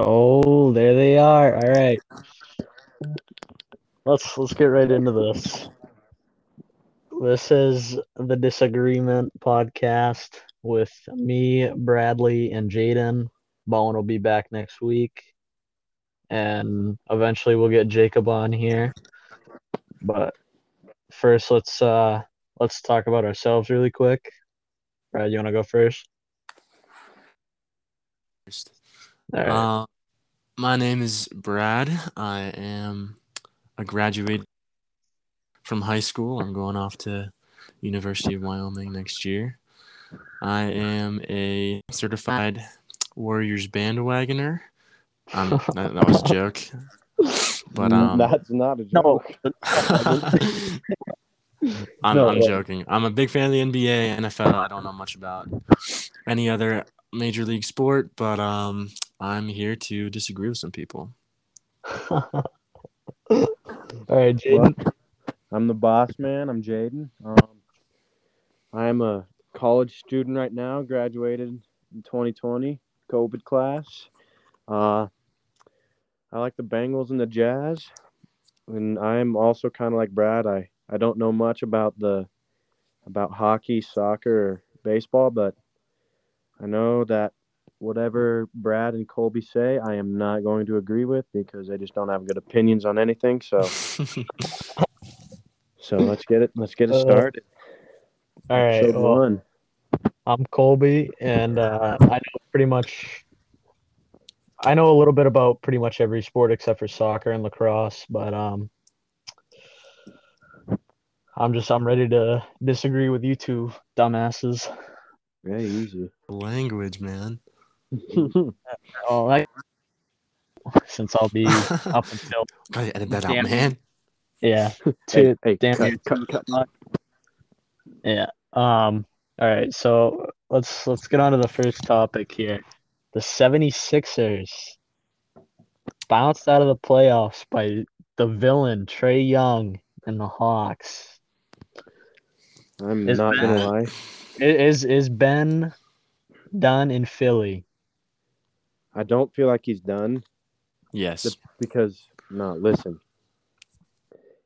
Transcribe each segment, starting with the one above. Oh, are. All right. Let's let's get right into this. This is the disagreement podcast with me, Bradley, and Jaden. Bowen will be back next week, and eventually we'll get Jacob on here. But first, let's uh let's talk about ourselves really quick. Brad, you want to go first? First. All right. Uh, my name is Brad. I am a graduate from high school. I'm going off to University of Wyoming next year. I am a certified Warriors bandwagoner. Um, that, that was a joke, but um, Mm, That's not a no, joke. I'm, No, I'm yeah. joking. I'm a big fan of the NBA, NFL. I don't know much about any other major league sport, but um, I'm here to disagree with some people. All right, Jaden. Well, I'm the boss man. I'm Jaden. Um, I'm a college student right now. Graduated in 2020, COVID class. Uh, I like the Bengals and the Jazz, and I'm also kind of like Brad. I I don't know much about the about hockey, soccer, or baseball, but I know that whatever Brad and Colby say, I am not going to agree with because they just don't have good opinions on anything. Oh. So. So let's get it. Let's get it Uh, started. All right. Episode well, one. I'm Colby, and uh, I know pretty much. I know a little bit about pretty much every sport except for soccer and lacrosse, but um, I'm just I'm ready to disagree with you two dumbasses. Very easy. Language, man. Oh, I, since I'll be up until Gotta edit that Damn. out, man. yeah, hey, two, hey, damn cut, you, cut, cut. Yeah. Um. All right. So let's let's get on to the first topic here. The 76ers bounced out of the playoffs by the villain Trey Young and the Hawks. I'm It's not gonna bad. lie. I- Is is Ben done in Philly? I don't feel like he's done Yes. The- because no, listen.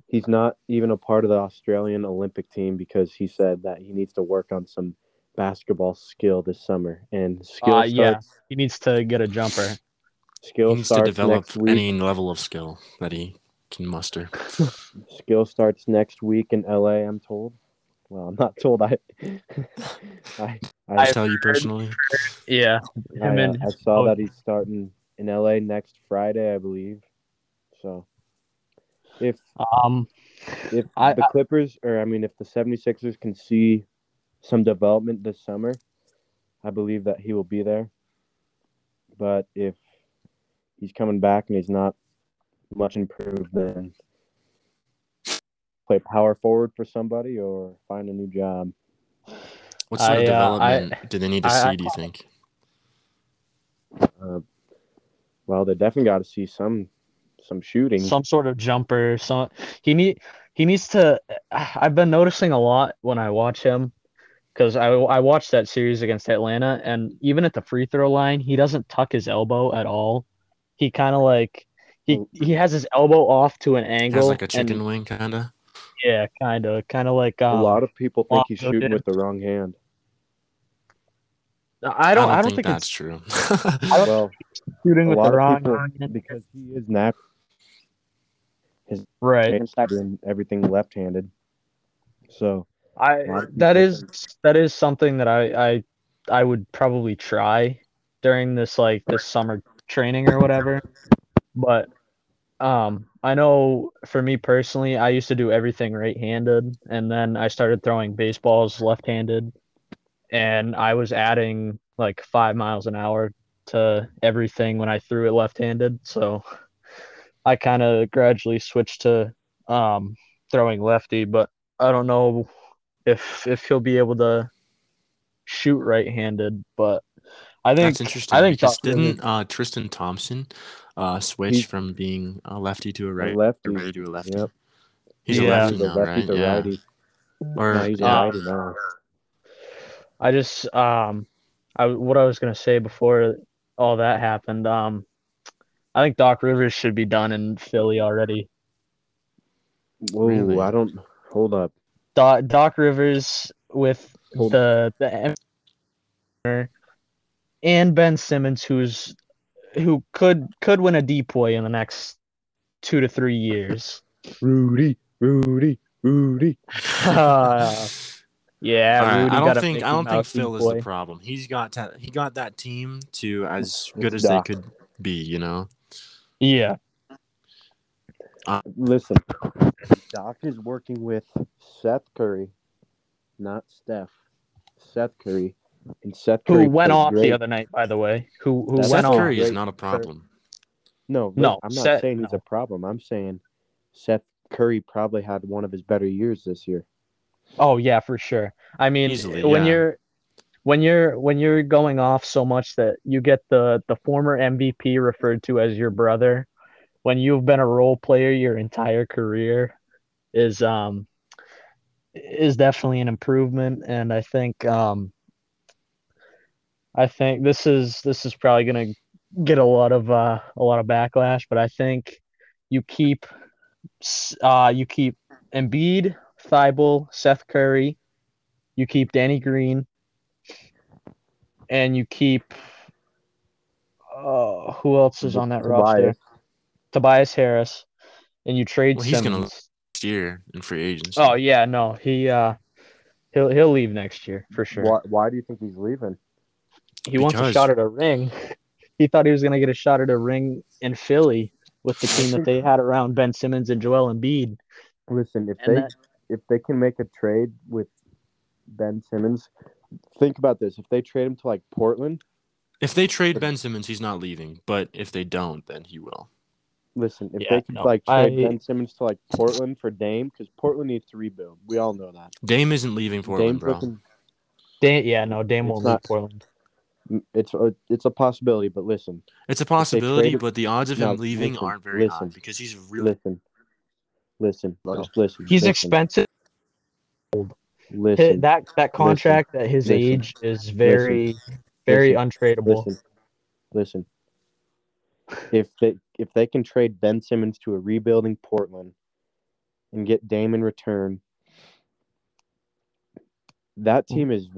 He's not even a part of the Australian Olympic team because he said that he needs to work on some basketball skill this summer. And skill Uh, starts yeah. He needs to get a jumper. He skill needs to starts develop next week. any level of skill that he can muster. Skill starts next week in LA, I'm told. Well, I'm not told. I I I I tell you personally. Yeah. I, Him uh, and I saw oh. that he's starting in LA next Friday, I believe. So if Um. if I- the Clippers or I mean if the 76ers can see some development this summer, I believe that he will be there. But if he's coming back and he's not much improved then play power forward for somebody or find a new job. What sort of I, uh, I- development do they need to I- I- see, do you think? Well, they definitely got to see some some shooting. some sort of jumper. Some he need he needs to. I've been noticing a lot when I watch him because I I watched that series against Atlanta, and even at the free throw line, he doesn't tuck his elbow at all. He kind of like he he has his elbow off to an It angle. has like a and- chicken wing, kind of. yeah, kind of, kind of like a um, lot of people think he's Lonzo shooting did. with the wrong hand. I don't I don't think, that's it's true. don't- Well, shooting a with lot the of wrong people- hand. because he is nap right. and everything left-handed. So I lot of that people is that is something that I I I would probably try during this like this summer training or whatever. But um I know for me personally, I used to do everything right-handed and then I started throwing baseballs left-handed and I was adding like 5 miles an hour to everything when I threw it left-handed. So I kind of gradually switched to um throwing lefty, but I don't know if if he'll be able to shoot right-handed, but I think That's interesting. I think because Doc Rivers- didn't uh, Tristan Thompson uh, switch He's- from being a lefty to a a right, lefty, a righty to a lefty? Yep. He's Yeah. a lefty he's a now, lefty right? to yeah. righty. Or No, he's a uh, righty now. I just um I what I was gonna say before all that happened um I think Doc Rivers should be done in Philly already. Whoa, Really? I don't. Hold up. Doc, Doc Rivers with Hold- the the M- and Ben Simmons, who's who could could win a depoy in the next two to three years. Rudy, Rudy, Rudy. Uh, yeah, All right, Rudy I got don't a think Mickey I don't think Mouse Phil is depoy. the problem. He's got ta- he got that team to as good it's as they Doc. could be. You know, Yeah, Listen, Doc is working with Seth Curry, not Steph. Seth Curry, and Seth who Curry went played off great. the other night, by the way. Who who That's went Seth off? Curry is Great. not a problem. No, No, no, I'm not Seth- saying he's no. a problem. I'm saying Seth Curry probably had one of his better years this year. Oh yeah, for sure. I mean, Easily, when yeah. you're when you're when you're going off so much that you get the the former MVP referred to as your brother, when you've been a role player your entire career, is um is definitely an improvement, and I think um I think this is this is probably gonna get a lot of uh, a lot of backlash, but I think you keep s- uh, you keep Embiid, Thibault, Seth Curry, you keep Danny Green, and you keep uh, who else is on that roster? Tobias. Tobias Harris, and you trade Well, he's gonna- Simmons. This year in free agency. Oh yeah, no, he uh, he'll he'll leave next year for sure. Why, why do you think he's leaving? He wants a Because- shot at a ring. He thought he was going to get a shot at a ring in Philly with the team that they had around Ben Simmons and Joel Embiid. Listen, if And they that- if they can make a trade with Ben Simmons, think about this. If they trade him to like Portland, If they trade Ben Simmons, he's not leaving. But if they don't, then he will. listen, if Yeah, they could no, like trade I- Ben Simmons to like Portland for Dame, because Portland needs to rebuild. We all know that. Dame isn't leaving Portland, Dame's bro. looking. Dame, yeah, no, Dame It's won't not- leave Portland. It's a, it's a possibility, but listen, It's a possibility, traded- but the odds of No, him leaving listen, aren't very high listen, because he's really listen, listen, Bro. just listen. He's listen, expensive. Listen, that that contract at his listen, age is very, very listen, untradeable. Listen, listen. If they if they can trade Ben Simmons to a rebuilding Portland and get Dame in return, that team is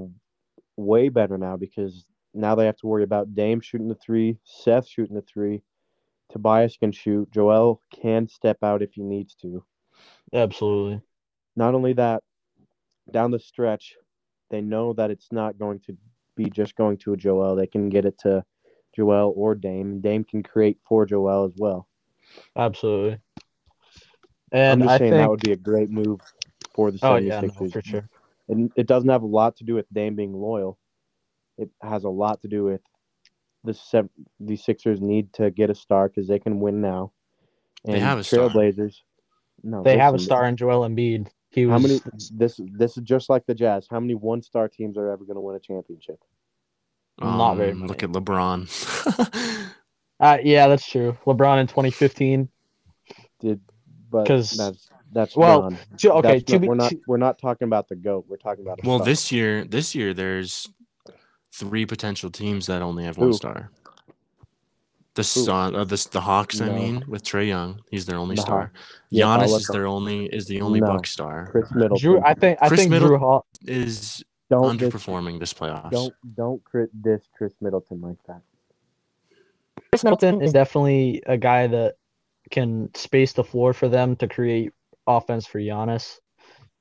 way better now because now they have to worry about Dame shooting the three, Seth shooting the three, Tobias can shoot, Joel can step out if he needs to. Absolutely. not only that, down the stretch, they know that it's not going to be just going to a Joel. They can get it to Joel or Dame. Dame can create for Joel as well. Absolutely. I'm And just I saying think that would be a great move for the Oh 76ers. yeah, no, for sure. And it doesn't have a lot to do with Dame being loyal. It has a lot to do with the sev- the Sixers need to get a star because they can win now. They And have a star. Trailblazers. No, They have a listen, star in Joel Embiid. He was How many? This this is just like the Jazz. How many one star teams are ever going to win a championship? Not very Mm, Look many. at LeBron. uh, yeah, that's true. LeBron in 2015. Did but 'Cause- that's that's well, gone. Ju- Okay, That's to not- be we're not to- we're not talking about the goat. We're talking about a well, star. this year, this year there's three potential teams that only have one Who? star. The Sun, uh, the the Hawks. I No. mean, with Trey Young, he's their only The star. Yeah, I'll Giannis let is them- their only is the only No. Buck star. Chris Middleton. Drew, I think I Chris think Middleton- Drew Hall. Is don't dis- underperforming this playoffs. don't don't crit this Chris Middleton like that. Chris Middleton is definitely a guy that can space the floor for them to create offense for Giannis.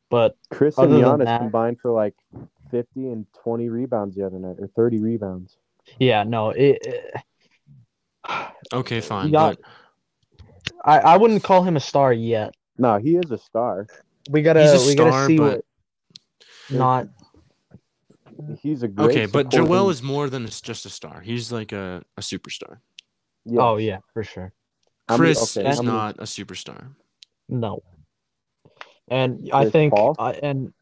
But Chris Other and than Giannis that- combined for like fifty and twenty rebounds the other night, or thirty rebounds. yeah, no, it, it- Okay, fine. Gian- but I I wouldn't call him a star yet. No, he is a star. We gotta He's a we gotta star, see but- what. Not He's a great. okay, but supporting- Joel is more than s- just a star. He's like a, a superstar. Yes. oh yeah for sure How many- Chris okay, is how many- not a superstar. no. And I Chris think Paul? I, and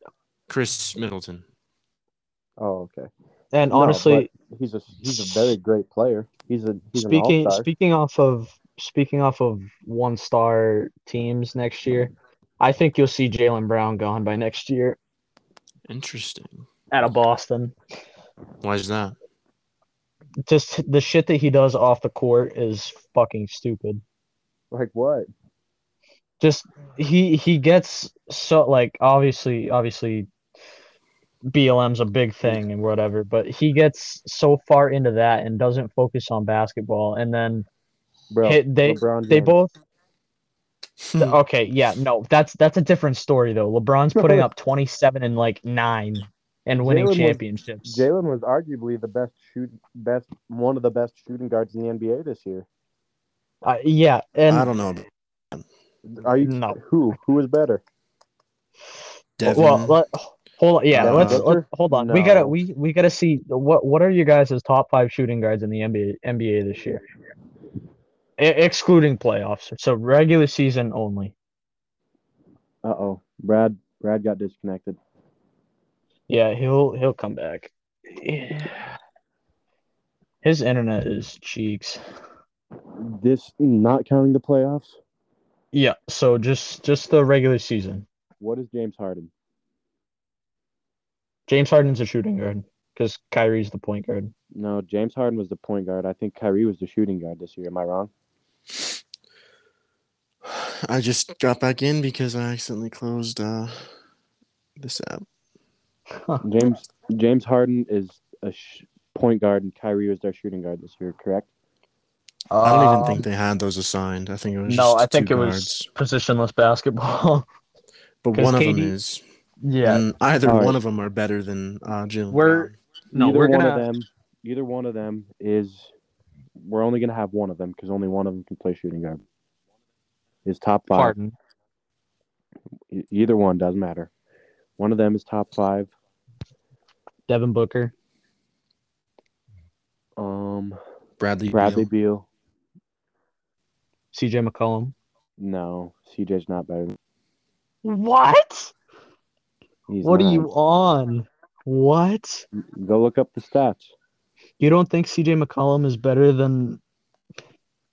Chris Middleton. Oh, okay. and No, but- honestly, he's a he's a very great player. He's a he's an speaking all-star. speaking off of speaking off of one star teams next year, I think you'll see Jalen Brown gone by next year Interesting. out of Boston. Why is that? just the shit that he does off the court is fucking stupid. Like what? just he he gets so like obviously obviously BLM's a big thing and whatever, but he gets so far into that and doesn't focus on basketball and then Bro, hit, they LeBron they James. both Hmm. okay, yeah, no, that's that's a different story though. LeBron's putting up 27 and like 9 and winning Jalen was- championships. Jalen was arguably the best shoot, best one of the best shooting guards in the NBA this year. Uh, yeah, I and don't know. Are you No. who who is better? Devin, well, let, hold on. Yeah, No. let's, let hold on. We gotta No. we we gotta see what what are you guys' top five shooting guards in the NBA NBA this year, E- excluding playoffs. So regular season only. Uh oh, Brad Brad got disconnected. Yeah, he'll he'll come back. His internet is cheeks. This not counting the playoffs. Yeah, so just just the regular season. What is James Harden? James Harden's a shooting guard because Kyrie's the point guard. No, James Harden was the point guard. I think Kyrie was the shooting guard this year. Am I wrong? I just got back in because I accidentally closed uh, this app. James James Harden is a sh- point guard, and Kyrie was their shooting guard this year. Correct? I don't even think they had those assigned. I think it was Um, No, just I think two it was guards. positionless basketball. But 'cause one of KD them is. yeah, And either All right. one of them are better than uh, Jalen. We're- Brown. no, either we're one gonna of them. Either one of them is. We're only gonna have one of them because only one of them can play shooting guard. Is top five. Harden. E- Either one doesn't matter. One of them is top five. Devin Booker. Um, Bradley. Bradley Beal. Beal. CJ McCollum. No, CJ's not better. than- What? He's what not. are you on? What? Go look up the stats. You don't think CJ McCollum is better than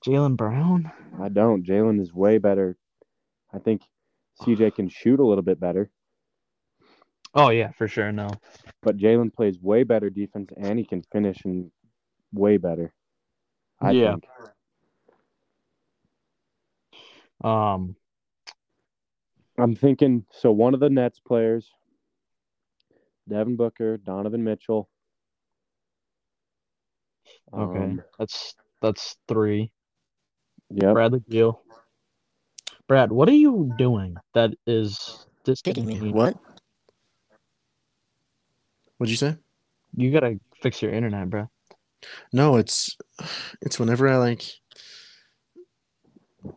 Jalen Brown? I don't. Jalen is way better. I think CJ can shoot a little bit better, Oh yeah, for sure. No. but Jalen plays way better defense and he can finish and way better. I Yeah. think. Um. I'm thinking so one of the Nets players, Devin Booker, Donovan Mitchell. Okay. Um, that's that's three. yep. Bradley Beal. Brad, what are you doing? That is Kicking discontinued. me. What? What'd you say? You gotta fix your internet, bro. No, it's it's whenever I like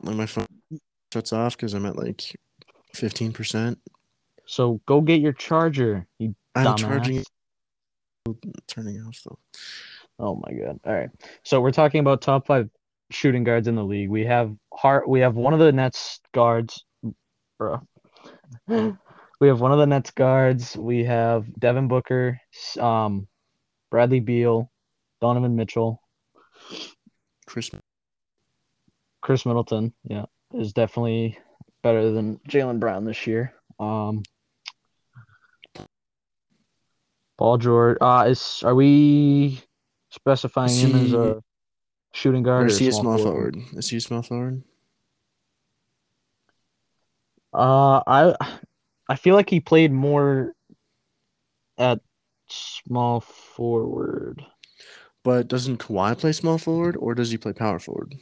when my phone shuts off because I'm at like fifteen percent. So go get your charger. You I'm dumbass. charging it, turning it off though. Oh my god. All right. So we're talking about top five shooting guards in the league. We have Hart we have one of the Nets guards bruh. We have one of the Nets guards. We have Devin Booker, s- um, Bradley Beal, Donovan Mitchell, Chris, Chris Middleton. Yeah, is definitely better than Jalen Brown this year. Um, Paul George. Uh, is are we specifying Is him as he- a shooting guard or or, is he a small forward? Is he a small forward? Uh, I I feel like he played more at small forward. But doesn't Kawhi play small forward, or does he play power forward?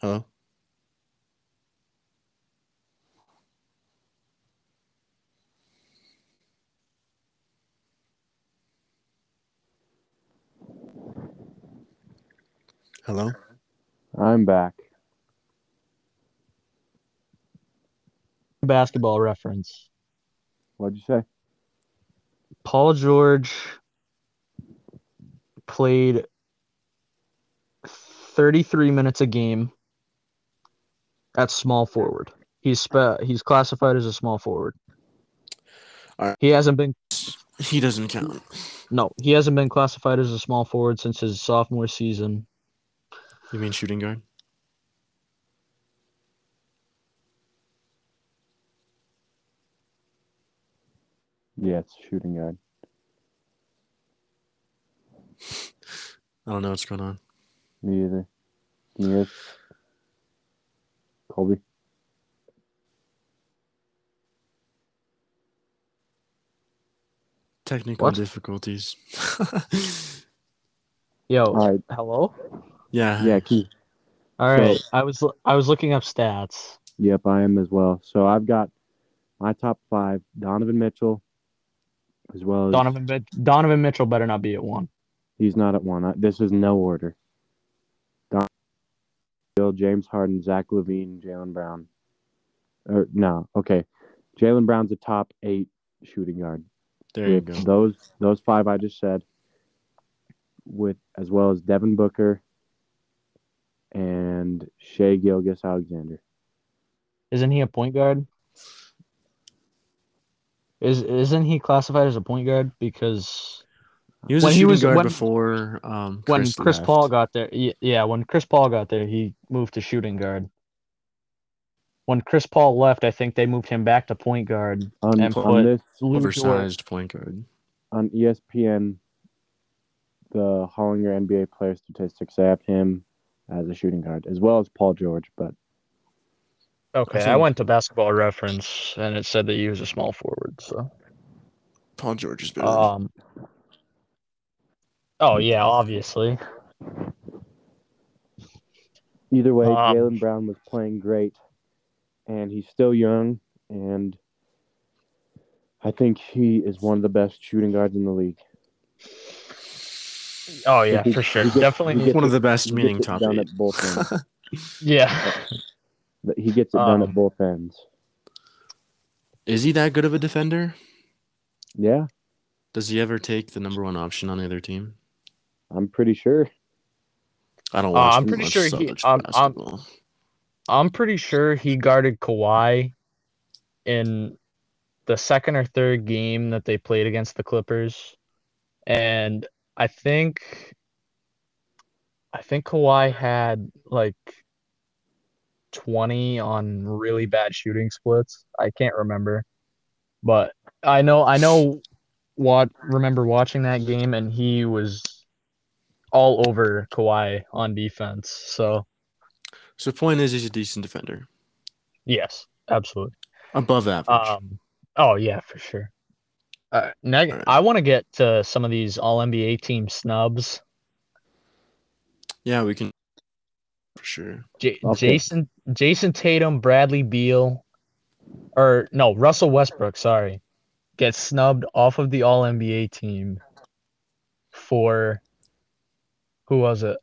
Hello. Hello. I'm back. Basketball reference. What'd you say? Paul George played 33 minutes a game at small forward. He's spe- he's classified as a small forward. Alright. He hasn't been He doesn't count. no, he hasn't been classified as a small forward since his sophomore season. You mean shooting guard? Yeah, it's shooting guard. I don't know what's going on. Me either. Can you hear us? Colby? Technical What? difficulties. Yo, All right. hello. yeah. Yeah, Keith. All So- right, I was l- I was looking up stats. Yep, I am as well. So I've got my top five: Donovan Mitchell, as well as Donovan Mit- Donovan Mitchell better not be at one. He's not at one. I, this is no order. Don, Bill, James Harden, Zach Levine, Jalen Brown. Or no, okay. Jalen Brown's a top eight shooting guard. There you With go. Those those five I just said, with as well as Devin Booker and Shea Gilgis Alexander. Isn't he a point guard? Is isn't he classified as a point guard because He was When a he shooting was- guard when- before um, when Chris, Chris left. Paul got there, y- yeah, when Chris Paul got there, he moved to shooting guard. When Chris Paul left, I think they moved him back to point guard. On, And on put this Lou Dort- oversized point guard. on E ESPN, the Hollinger NBA player statistics, they have him as a shooting guard, as well as Paul George. But Okay, I think- went to Basketball Reference and it said that he was a small forward. So, Paul George is better. um, oh yeah, obviously. either way, Um, Jalen Brown was playing great, and he's still young, and I think he is one of the best shooting guards in the league. Oh yeah, He- for sure. he gets- Definitely. he gets one of it- the best he meaning gets it top down eight. at both ends. yeah. But he gets it done Um, at both ends. Is he that good of a defender? Yeah, Does he ever take the number one option on the other team? I'm pretty sure. I don't Uh, watch. I'm pretty much, sure so he- much um, um, basketball. I'm pretty sure he guarded Kawhi in the second or third game that they played against the Clippers. And I think I think Kawhi had like 20 on really bad shooting splits. I can't remember. But I know I know what remember watching that game and he was all over Kawhi on defense. So, So point is, he's a decent defender, yes, absolutely. above average. Um, oh yeah, for sure. Uh, neg- Alright. I want to get to some of these All NBA team snubs. yeah, we can for sure. J- Okay. Jason Jason Tatum, Bradley Beal, or no Russell Westbrook. Sorry, gets snubbed off of the All NBA team for who was it?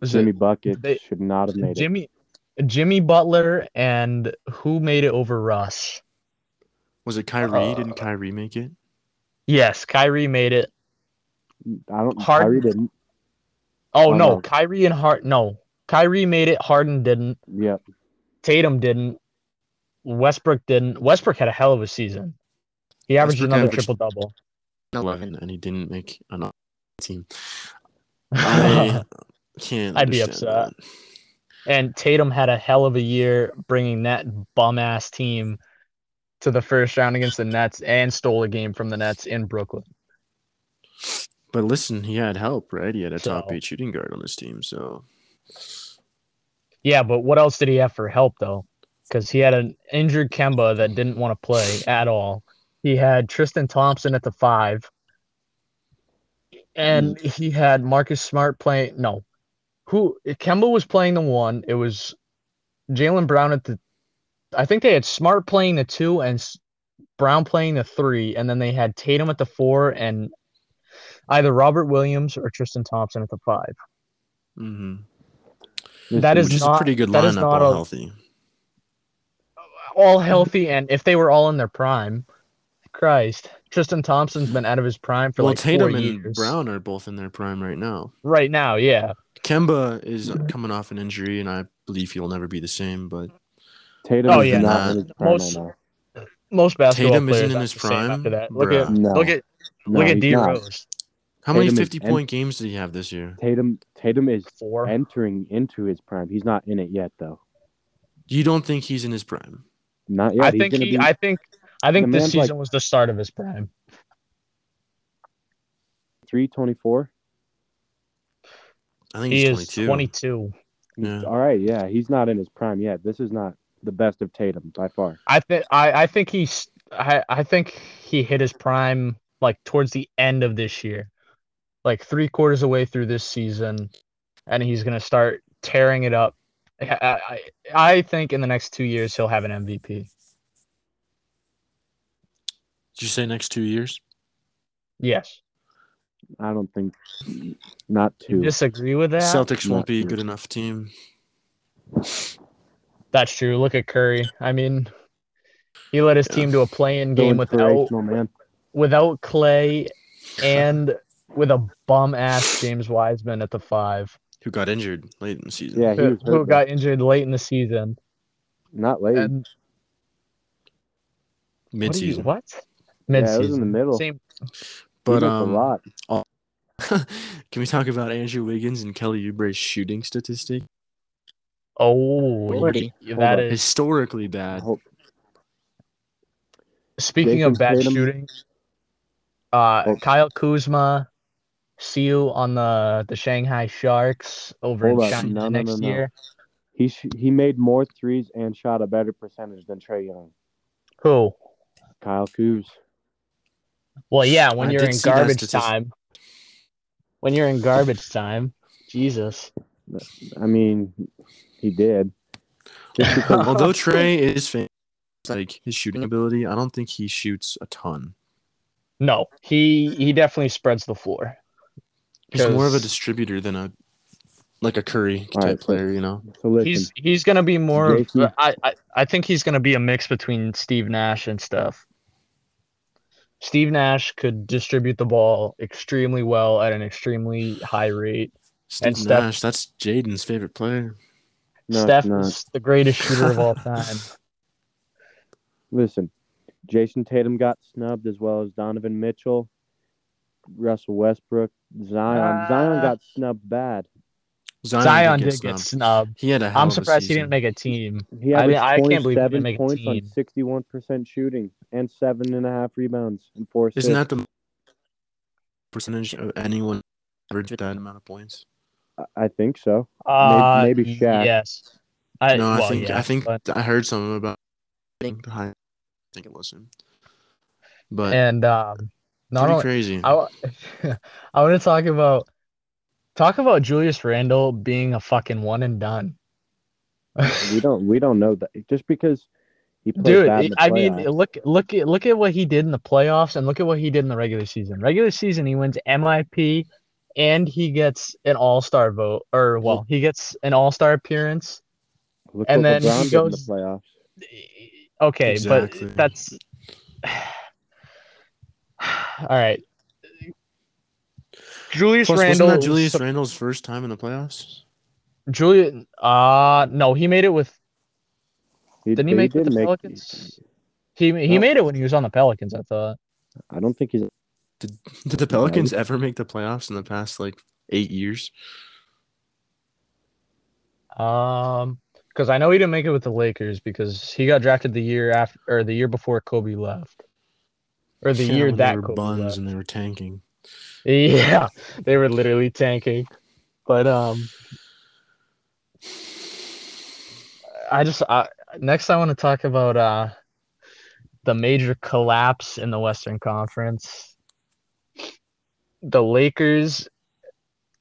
Was Jimmy it Bucket they- should not have made Jimmy Jimmy Butler and who made it over Russ? Was it Kyrie? Uh, Didn't Kyrie make it? Yes, Kyrie made it. it. I don't. Harden- Kyrie didn't. Oh Oh, no, no. Kyrie and Hart. No, Kyrie made it. Harden didn't. Yeah, Tatum didn't. Westbrook didn't. Westbrook had a hell of a season. He averaged Westbrook another averaged- triple double. Eleven, and he didn't make an team. I can't. I'd be understand upset. that. and Tatum had a hell of a year bringing that bum ass team to the first round against the Nets and stole a game from the Nets in Brooklyn. But listen, he had help, right? He had a top So- eight shooting guard on his team, so Yeah, but what else did he have for help though? Because he had an injured Kemba that didn't want to play at all. He had Tristan Thompson at the five, and he had Marcus Smart playing. No, who Kemba was playing the one. It was Jalen Brown at the. I think they had Smart playing the two and S- Brown playing the three, and then they had Tatum at the four and either Robert Williams or Tristan Thompson at the five. hmm That which is is not a pretty good that is lineup, not all a- healthy. all healthy and if they were all in their prime, Christ, Tristan Thompson's been out of his prime for Well, like Tatum four and years. Brown are both in their prime right now. right now. Yeah, Kemba is coming off an injury, and I believe he'll never be the same. But Tatum Oh, is yeah, not nah. in his prime Most- right now. most basketball Tatum players isn't in aren't his the same prime. after that. Look Bruh. at No, look at no, look at he's D not. Rose. How many Tatum is- 50 point games did he have this year? Tatum Tatum is Four. entering into his prime. He's not in it yet though. You don't think he's in his prime? Not yet. I He's think gonna he. be- I think. I the think this man's like- season was the start of his prime. 324. I think He he's is 22. 22. Yeah. All right, yeah, he's not in his prime yet. This is not the best of Tatum by far. I think. I. I think he's. I. I think he hit his prime like towards the end of this year, like three quarters away through this season, and he's gonna start tearing it up. I. I, I think in the next two years he'll have an MVP. Did you say next two years? Yes. I don't think not You two. disagree with that? Celtics No. won't be a good enough team. That's true. Look at Curry. I mean, he led his Yeah. team to a play-in game without Inspirational, man. without Clay and with a bum ass James Wiseman at the five, Who got injured late in the season? Yeah, he who, was who hurt, got injured late in the season. but not late. And Mid what? Are you, season. what? yeah, Mid it was in the season. middle. Same. But He looked a um, lot. can we talk about Andrew Wiggins and Kelly Oubre's shooting statistic? Oh, Hold yeah, on. that is. Historically bad. Hope- Speaking of Jason bad Tatum. shooting, uh, Oh. Kyle Kuzma, see you on the the Shanghai Sharks over Hold in on. China No, no, no, next no. year. He sh- he made more threes and shot a better percentage than Trey Young. Who? Kyle Kuz. Well, yeah, when I you're did in see that garbage statistic. time. When you're in garbage time, Jesus. I mean, he did. Just because Although Trey is famous, like his Mm-hmm. shooting ability, I don't think he shoots a ton. No, he he definitely spreads the floor. He's more of a 'Cause distributor than a like a Curry All type right, so- player, you know. so listen, He's he's gonna be more. of- Jason- I, I I think he's gonna be a mix between Steve Nash and stuff. Steve Nash could distribute the ball extremely well at an extremely high rate. Steve Steph- Nash, that's Jaden's favorite player. no, Steph it's not. is the greatest shooter of all time. Listen, Jason Tatum got snubbed as well as Donovan Mitchell, Russell Westbrook, Zion. Ah. Zion got snubbed bad. Zion, Zion did get did get snubbed. snubbed. He had a hell I'm of a surprised he season. didn't make a team. He I mean, averaged I can't believe he didn't 27 make a points on team. 61% shooting and seven and a half rebounds and four assists. Isn't that the percentage of anyone average that amount of points? I I think so. Uh, maybe Shaq. Yes. I, no, I Uh, well, think yeah, I think but- I heard something about behind. I think it was him, but and um, not pretty only crazy. I, wa- I want to talk about talk about Julius Randle being a fucking one and done. We don't we don't know that just because he played Dude, bad in the I mean, playoffs. look, look, at look at what he did in the playoffs, and look at what he did in the regular season. Regular season, he wins MIP, and he gets an All Star vote, or well, he gets an All Star appearance. Look and then what he LeBron did goes- in the playoffs. Okay, Exactly. but that's all right. Julius Plus, Randle, wasn't that Julius so- Randle's first time in the playoffs? Julian, uh no, he made it with Didn't he make it did the Pelicans? he he No. made it when he was on the Pelicans, I thought. I don't think he's Did the Pelicans ever make the playoffs in the past like eight years? Um because I know he didn't make it with the Lakers because he got drafted the year after or the year before Kobe left. Or the Yeah, year when they that were Kobe buns left. and they were tanking. Yeah, they were literally tanking. But um I just I, next I want to talk about uh the major collapse in the Western Conference. The Lakers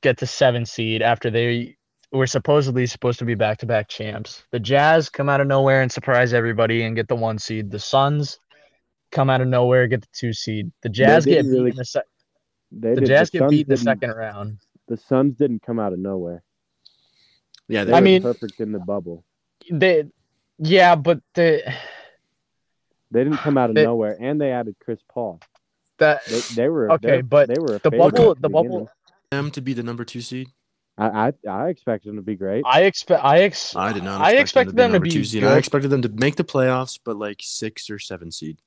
get the seven seed after they were supposedly supposed to be back to back champs. The Jazz come out of nowhere and surprise everybody and get the one seed. The Suns come out of nowhere get the two seed. The Jazz get didn't beat really- in the, se- they the did Jazz get Suns beat in the didn't- second round. The Suns didn't come out of nowhere. Yeah, They they I were mean- perfect in the bubble. They yeah, but the They didn't come out of They- nowhere, and they added Chris Paul. that They, they were Okay, they- but they were a the favorite bubble at the beginning. bubble them to be the number two seed. I, I I expect them to be great. I expect I ex I did not. I expected them to number be two seed. I good. expected them to make the playoffs, but like six or seven seed.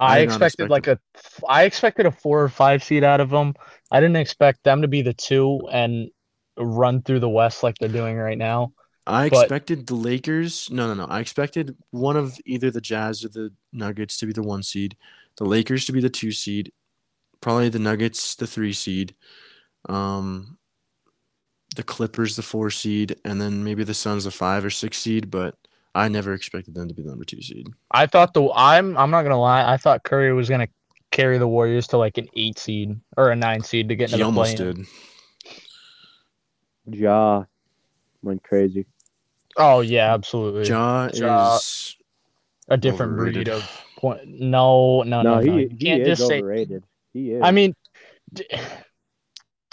I, I did not expected expect like a f- I expected a four or five seed out of them. I didn't expect them to be the two and run through the West like they're doing right now. I But- expected the Lakers. No, no, no. I expected one of either the Jazz or the Nuggets to be the one seed, the Lakers to be the two seed, probably the Nuggets the three seed, um, the Clippers the four seed, and then maybe the Suns the five or six seed. But I never expected them to be the number two seed. I thought the I'm I'm not gonna lie. I thought Curry was gonna carry the Warriors to like an eight seed or a nine seed to get into He the play. almost did. Ja went crazy. Oh yeah, absolutely. Ja Ja is a different overrated. breed of point. No, no, no. No, no, he, You he can't is just say. overrated. He is. I mean, d-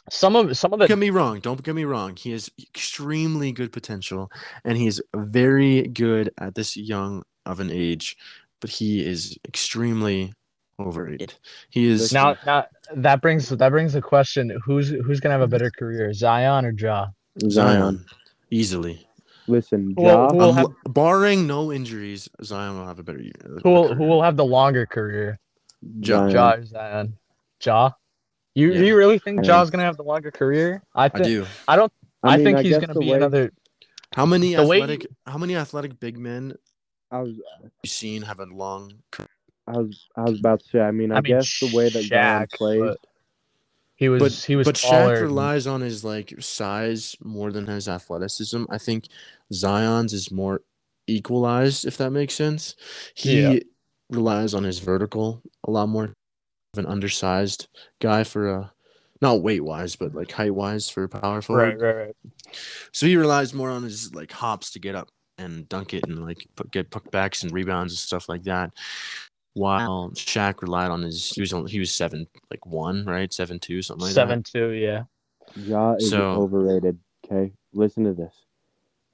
some of some of Don't get the me wrong. Don't get me wrong. He has extremely good potential, and he's very good at this young of an age. But he is extremely overrated. He is now now that brings that brings the question: who's who's gonna have a better career, Zion or Ja? Zion. easily. Listen, Ja. Well, Who will Um, have- barring no injuries, Zion will have a better year. Who will, who will have the longer career, Ja- Zion. Ja or Zion? Ja. You Yeah. you really think I Ja's gonna have the longer career? I I think I, do. don't. I, mean, think he's guess gonna the be way- another. How many The way you- athletic? How many athletic big men I was, you seen have a long? career? I was, I was about to say. I mean, I, I mean, guess the way that Zion Shaq, plays. but He was But he was but taller. Shaq relies on his like size more than his athleticism. I think Zion's is more equalized, if that makes sense. He Yeah. relies on his vertical a lot more of an undersized guy for a not weight wise, but like height wise for a power right, forward. right, right. So he relies more on his like hops to get up and dunk it and like put, get puckbacks and rebounds and stuff like that. While Shaq relied on his, he was only, he was seven like one, right, seven two, something like that. Seven two, yeah. Ja is So- overrated. Okay, listen to this.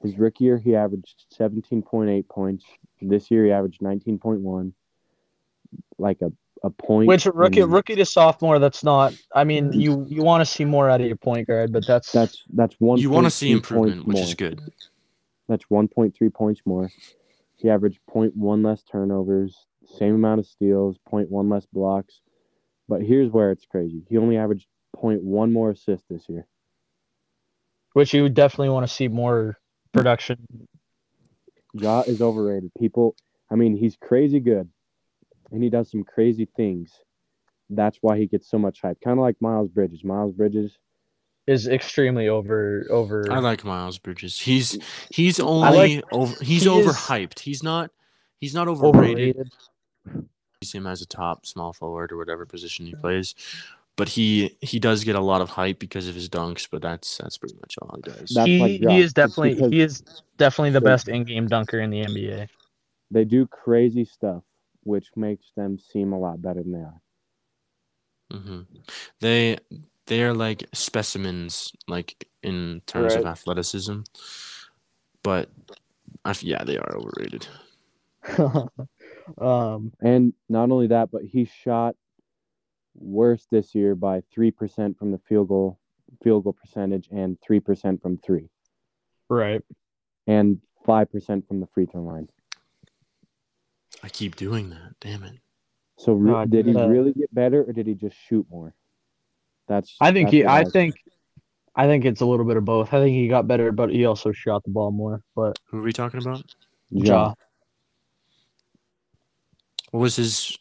His rookie year, he averaged seventeen point eight points. This year, he averaged nineteen point one, like a a point. Which rookie and rookie to sophomore? That's not. I mean, you you want to see more out of your point guard, but that's That's that's one. you want to see 1.3 improvement, points which more. is good. That's one point three points more. He averaged 0.1 less turnovers, same amount of steals, 0.1 less blocks. But here's where it's crazy. He only averaged 0.1 more assists this year. which you definitely want to see more production. Ja is overrated. People, I mean, he's crazy good, and he does some crazy things. That's why he gets so much hype. Kind of like Miles Bridges. Miles Bridges. Is extremely over over. I like Miles Bridges. He's he's like- only over, he's he is- overhyped. He's not he's not overrated. overrated. You see him as a top small forward or whatever position he plays, but he he does get a lot of hype because of his dunks. But that's that's pretty much all he does. That's he, like Ja. he is It's definitely because he is definitely the So- best in game dunker in the NBA. They do crazy stuff, which makes them seem a lot better than they are. hmm They they are like specimens, like in terms of Right. athleticism. But I f yeah, they are overrated. um, And not only that, but he shot worse this year by three percent from the field goal field goal percentage and three percent from three right. and five percent from the free throw line. I keep doing that. Damn it. So re- Uh, did he uh, really get better, or did he just shoot more? That's I think that's he. what I think. I think it's a little bit of both. I think he got better, but he also shot the ball more. But Who are we talking about? Ja, What was his?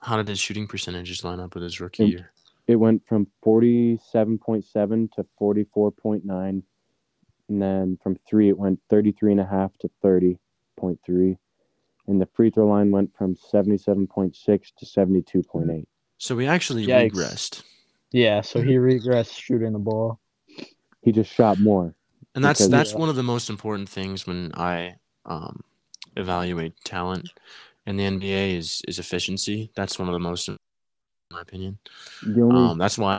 How did his shooting percentages line up with his rookie Mm. year? It went from forty-seven point seven to forty-four point nine, and then from three it went thirty-three and a half to thirty point three, and the free throw line went from seventy-seven point six to seventy-two point eight. So we actually Yikes. regressed, yeah. So he regressed shooting the ball. He just shot more. and that's Because- that's one of the most important things when I um, evaluate talent in the NBA is is efficiency. That's one of the most, in my opinion. The only Um, that's why.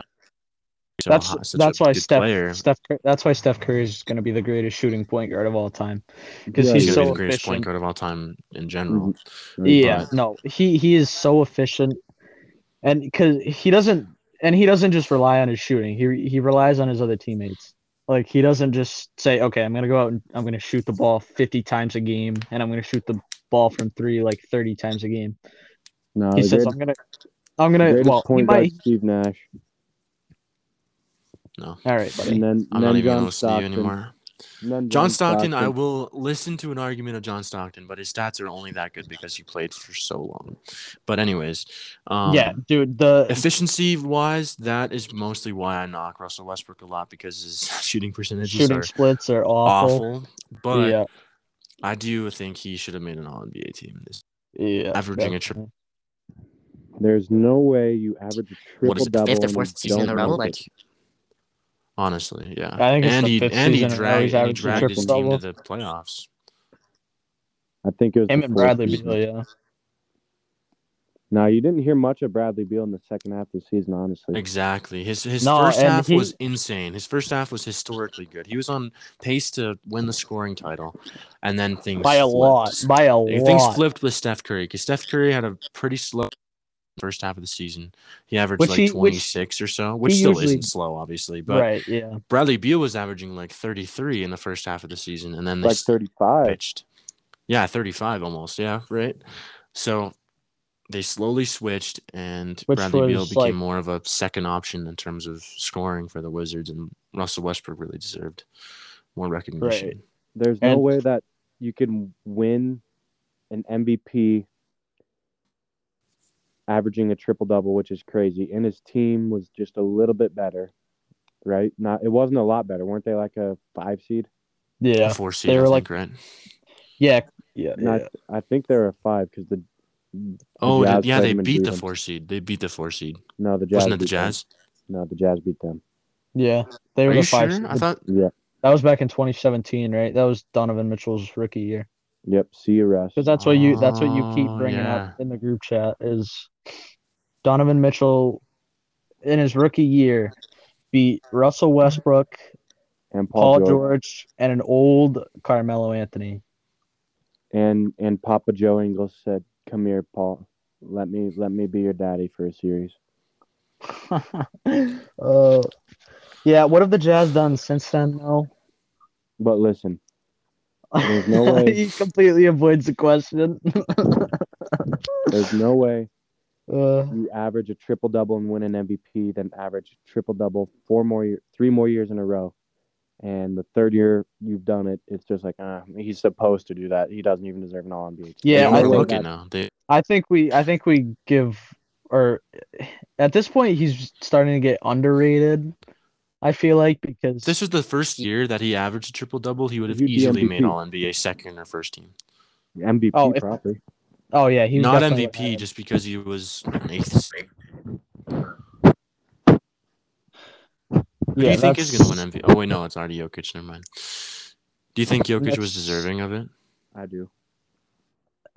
Mm-hmm. so that's hot- such a that's why good Steph, player. Steph Cur- that's why Steph Curry is going to be the greatest shooting point guard of all time. because yeah, he's he's gonna so be the greatest point efficient. Mm-hmm. guard of all time in general. Yeah, But- no, he he is so efficient, and because he doesn't and he doesn't just rely on his shooting. He he relies on his other teammates. Like he doesn't just say, "Okay, I'm gonna go out and I'm gonna shoot the ball 50 times a game, and I'm gonna shoot the ball from three like 30 times a game." No, he the says, greatest- "I'm gonna, I'm the gonna." greatest Well, he point guard, might. Steve Nash, No, All right, buddy. and I'm then, and not then even gonna John listen to you Stockton. anymore. and then John Stockton, I will listen to an argument of John Stockton, but his stats are only that good because he played for so long. But anyways, um, yeah, dude. The efficiency wise, that is mostly why I knock Russell Westbrook a lot because his shooting percentages shooting are splits are awful. awful. But yeah, I do think he should have made an All NBA team. This yeah. averaging a triple. There's no way you average a triple What is it, double. fifth or and fourth you season in don't a row? make Like, it. Honestly, yeah. I think it's and the he fifth and he season in a row he's dragged, and he averaged a dragged his team triple-double. to the playoffs. I think it was Him the and fourth Bradley season. Beal, yeah. No, you didn't hear much of Bradley Beal in the second half of the season, honestly. Exactly. His his No, first and half he- was insane. His first half was historically good. He was on pace to win the scoring title, and then things By a flipped. lot. By a Like, Things lot. flipped with Steph Curry because Steph Curry had a pretty slow first half of the season. He averaged Which like he- which- 26 or so, which he still usually- isn't slow, obviously. But Right, yeah. Bradley Beal was averaging like 33 in the first half of the season, and then they Like 35. switched. Yeah, 35 almost. Yeah, right. So they slowly switched, and Which Bradley Beal was, became like- more of a second option in terms of scoring for the Wizards, and Russell Westbrook really deserved more recognition. Right. There's no And- way that you can win an MVP averaging a triple double, which is crazy. And his team was just a little bit better, right? Not it wasn't a lot better. Weren't they like a five seed? A Yeah. Four seed, They I were, think, right? Yeah. Yeah. No, I- yeah. I think they were a five because the Oh, Jazz yeah, played they them and beat beat the them. four seed. They beat the four seed. no the jazz Wasn't it the beat them. Jazz? No, the jazz beat them. Yeah. They Are were you the five sure? seed. I thought That was back in 2017, right? That was Donovan Mitchell's rookie year. Yep. See you, Russ. Because that's what you that's what you keep Oh, bringing up in the group chat is Donovan Mitchell in his rookie year beat Russell Westbrook, And Paul, Paul George, George, and an old Carmelo Anthony. and and Papa Joe Ingles said, "Come here, Paul. Let me let me be your daddy for a series." uh, yeah, what have the Jazz done since then, though? But listen, There's no way. he completely avoids the question. there's no way uh, you average a triple double and win an MVP, then average triple double four more year, three more years in a row, and the third year you've done it, it's just like ah, he's supposed to do that. He doesn't even deserve an All NBA. Yeah, they I overlook think- it now. They, I think we I think we give or at this point he's starting to get underrated. I feel like because if this was the first year that he averaged a triple double, he would have You'd be easily MVP. made All NBA second or first team. MVP Oh, if- probably. oh yeah he was Not definitely- MVP, just because he was an eighth. seed. Who Yeah, do you think is that's- going to win MVP? Oh wait, no, it's already Jokic. Never mind. Do you think Jokic was That's- deserving of it? I do.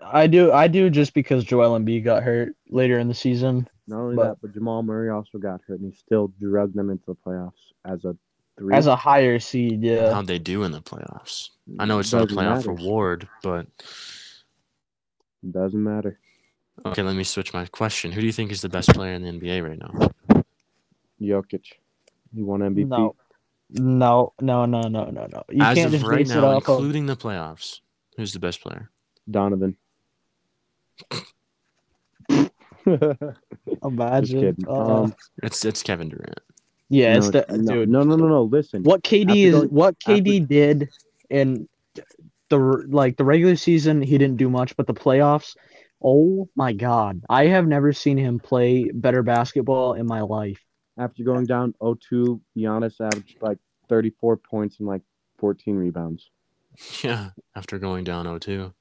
I do I do just because Joel Embiid got hurt later in the season. Not only But- that, but Jamal Murray also got hurt, and he still drugged them into the playoffs as a three. As a higher seed, yeah. How'd they do in the playoffs? I know it's not a Doesn't playoff matter. award, but Doesn't matter. okay, let me switch my question. Who do you think is the best player in the NBA right now? Jokic, he won MVP. No. No, no, no, no, no, no. You As can't of just right base it now, off of including the playoffs, who's the best player? Donovan. imagine. kidding. uh, Um, It's it's Kevin Durant. yeah, it's no, the no, dude. No, no, no, no. Listen, What After KD is going- what KD did in the like the regular season he didn't do much, but the playoffs, oh my god. I have never seen him play better basketball in my life. after going down 0-2, Giannis averaged like 34 points and like 14 rebounds. Yeah, after going down 0-2.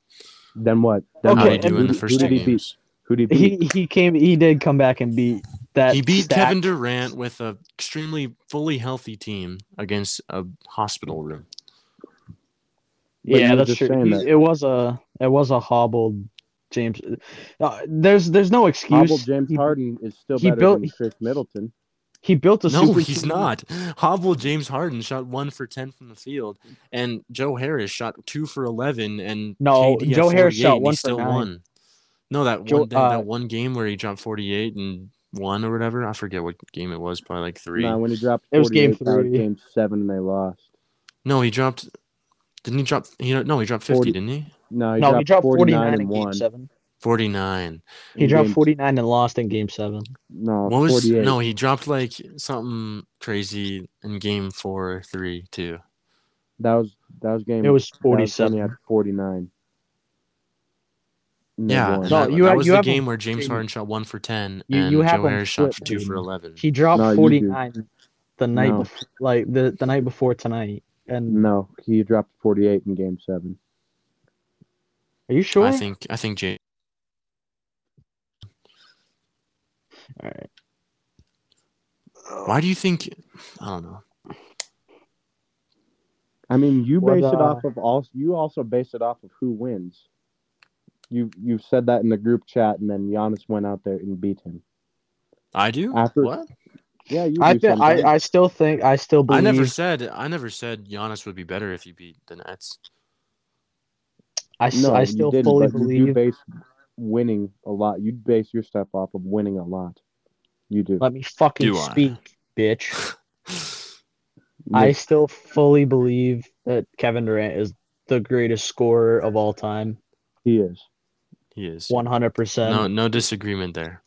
Then what? Then Okay, How what? did he do and in Who- the first who two did he beat? games? Who did he beat? He he came he did come back and beat that He beat stacked- Kevin Durant with a extremely fully healthy team against a hospital room. But Yeah, you were that's just true. saying He- that. It was a it was a hobbled James. Uh, there's there's no excuse. Hobble James he, Harden is still he better built- than Chris Middleton. he built a No, super he's team. not. Hobble James Harden shot one for ten from the field, and Joe Harris shot two for eleven, and No, KD had Joe Harris 48, shot and one he for still nine. won. No, that Joe- one thing, uh, that one game where he dropped forty eight and one or whatever. I forget what game it was. Probably like three. Nah, No, when he dropped, It was game 48, that was three. game seven, and they lost. he dropped. Didn't he drop? He no, he dropped 50 Forty. didn't he? No, he no, dropped, he dropped 49, 49 in and game one. seven. Forty nine. He In dropped game- 49 and lost in game seven. No, Uh, What was 48. no? He dropped like something crazy in game four, three, two. That was that was game. It was that when he 47. had forty nine. Yeah, and No, that, you that have- was you the have 'em game where James flipped. Harden shot one for ten, You- and you have Joe 'em Harris shot for flipped. two for eleven. He dropped No, you do. 49 the night No. Mm. before, like the, the night before tonight. And No, he dropped forty eight in game seven. are you sure? I think I think Jay. All right. Why do you think? I don't know. I mean, you What, base it uh, off of all. You also base it off of who wins. You you said that in the group chat, and then Giannis went out there and beat him. I do. After- what? Yeah, you. I, do thi- sometimes. I I still think I still I believe never said. I never said Giannis would be better if he beat the Nets. I, s- no, I you still didn't, fully but You believe. do base winning a lot. You base your stuff off of winning a lot. You do. Let me fucking Do I? speak, bitch. I Yes, still fully believe that Kevin Durant is the greatest scorer of all time. he is. he is. 100%. No, no disagreement there.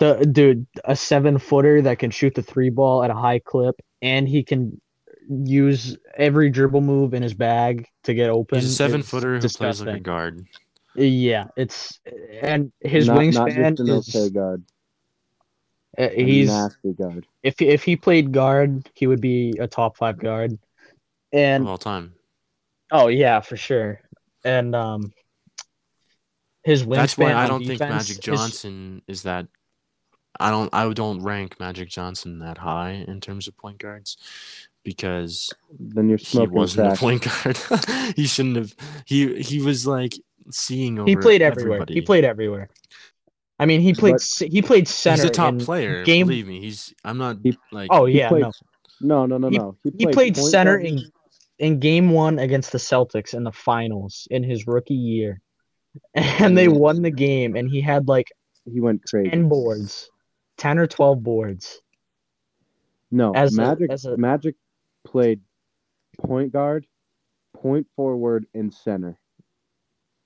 The dude, a seven footer that can shoot the three ball at a high clip, and he can use every dribble move in his bag to get open. He's a seven It's footer who disgusting. plays like a guard. Yeah, it's and his not, not wingspan just an okay is. guard. uh, a He's nasty guard. if if he played guard, he would be a top five guard. And of all time. Oh yeah, for sure. And um, his wingspan. That's why I on don't think defense is- Magic Johnson is, that. I don't. I don't rank Magic Johnson that high in terms of point guards, because Then you're he smoking wasn't crack. a point guard. he shouldn't have. He he was like seeing over. he played everywhere. He everybody. played everywhere. I mean, he played. But- se- he played center. He's a top in- player. game- Believe me, he's. I'm not He- like. Oh He yeah, played- no. No, no, no, He- no. He played point center guard. in in game one against the Celtics in the finals in his rookie year, and they Yeah. won the game. And he had like He went crazy. ten boards, ten or twelve boards. no, as a- Magic. as a- Magic played point guard, point forward, and center.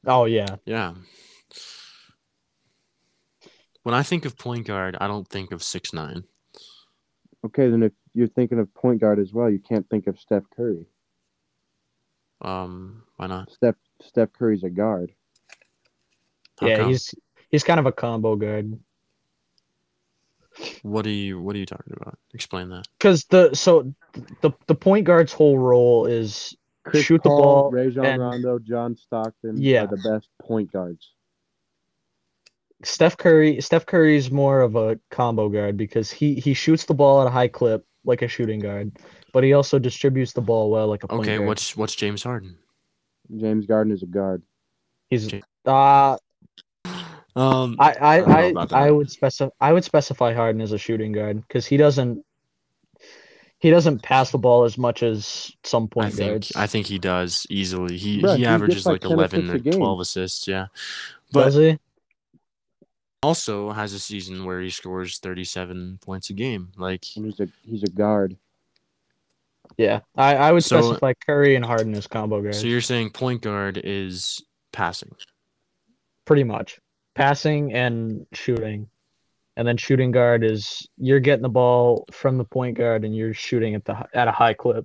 Oh yeah, Yeah. When I think of point guard, I don't think of six nine. Okay, then if you're thinking of point guard as well, you can't think of Steph Curry. Um, why not? Steph Steph Curry's a guard. How yeah. come? He's he's kind of a combo guard. What are you What are you talking about? Explain that. Because the so the the point guard's whole role is Chris Shoot the Paul, ball Rajon and- Rondo, John Stockton Yeah. are the best point guards. Steph Curry. Steph Curry's more of a combo guard because he he shoots the ball at a high clip like a shooting guard, but he also distributes the ball well like a point Okay, guard. what's what's James Harden? James Garden is a guard. He's uh Um, I I don't know I, about I that. would specify I would specify Harden as a shooting guard because he doesn't he doesn't pass the ball as much as some I point think guards. I think he does easily. He Bruh, he he gets averages like like, eleven 10 assists or a game. twelve assists. Yeah, but Does he? also has a season where he scores thirty seven points a game. Like And he's a he's a guard. Yeah, I, I would So- specify Curry and Harden as combo guards. so, you're saying point guard is passing. pretty much passing and shooting and then shooting guard is you're getting the ball from the point guard and you're shooting at the hi- at a high clip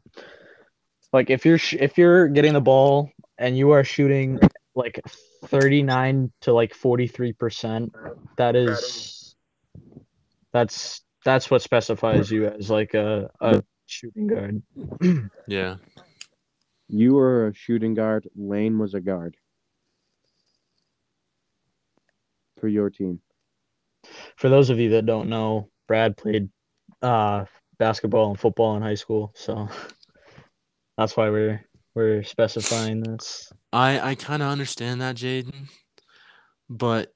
like if you're sh- if you're getting the ball and you are shooting like 39 to like 43% that is that's that's what specifies you as like a, a shooting guard Yeah, You were a shooting guard. Lane was a guard. For your team. for those of you that don't know brad played uh, basketball and football in high school so that's why we're we're specifying this I I kind of understand that, Jaden, but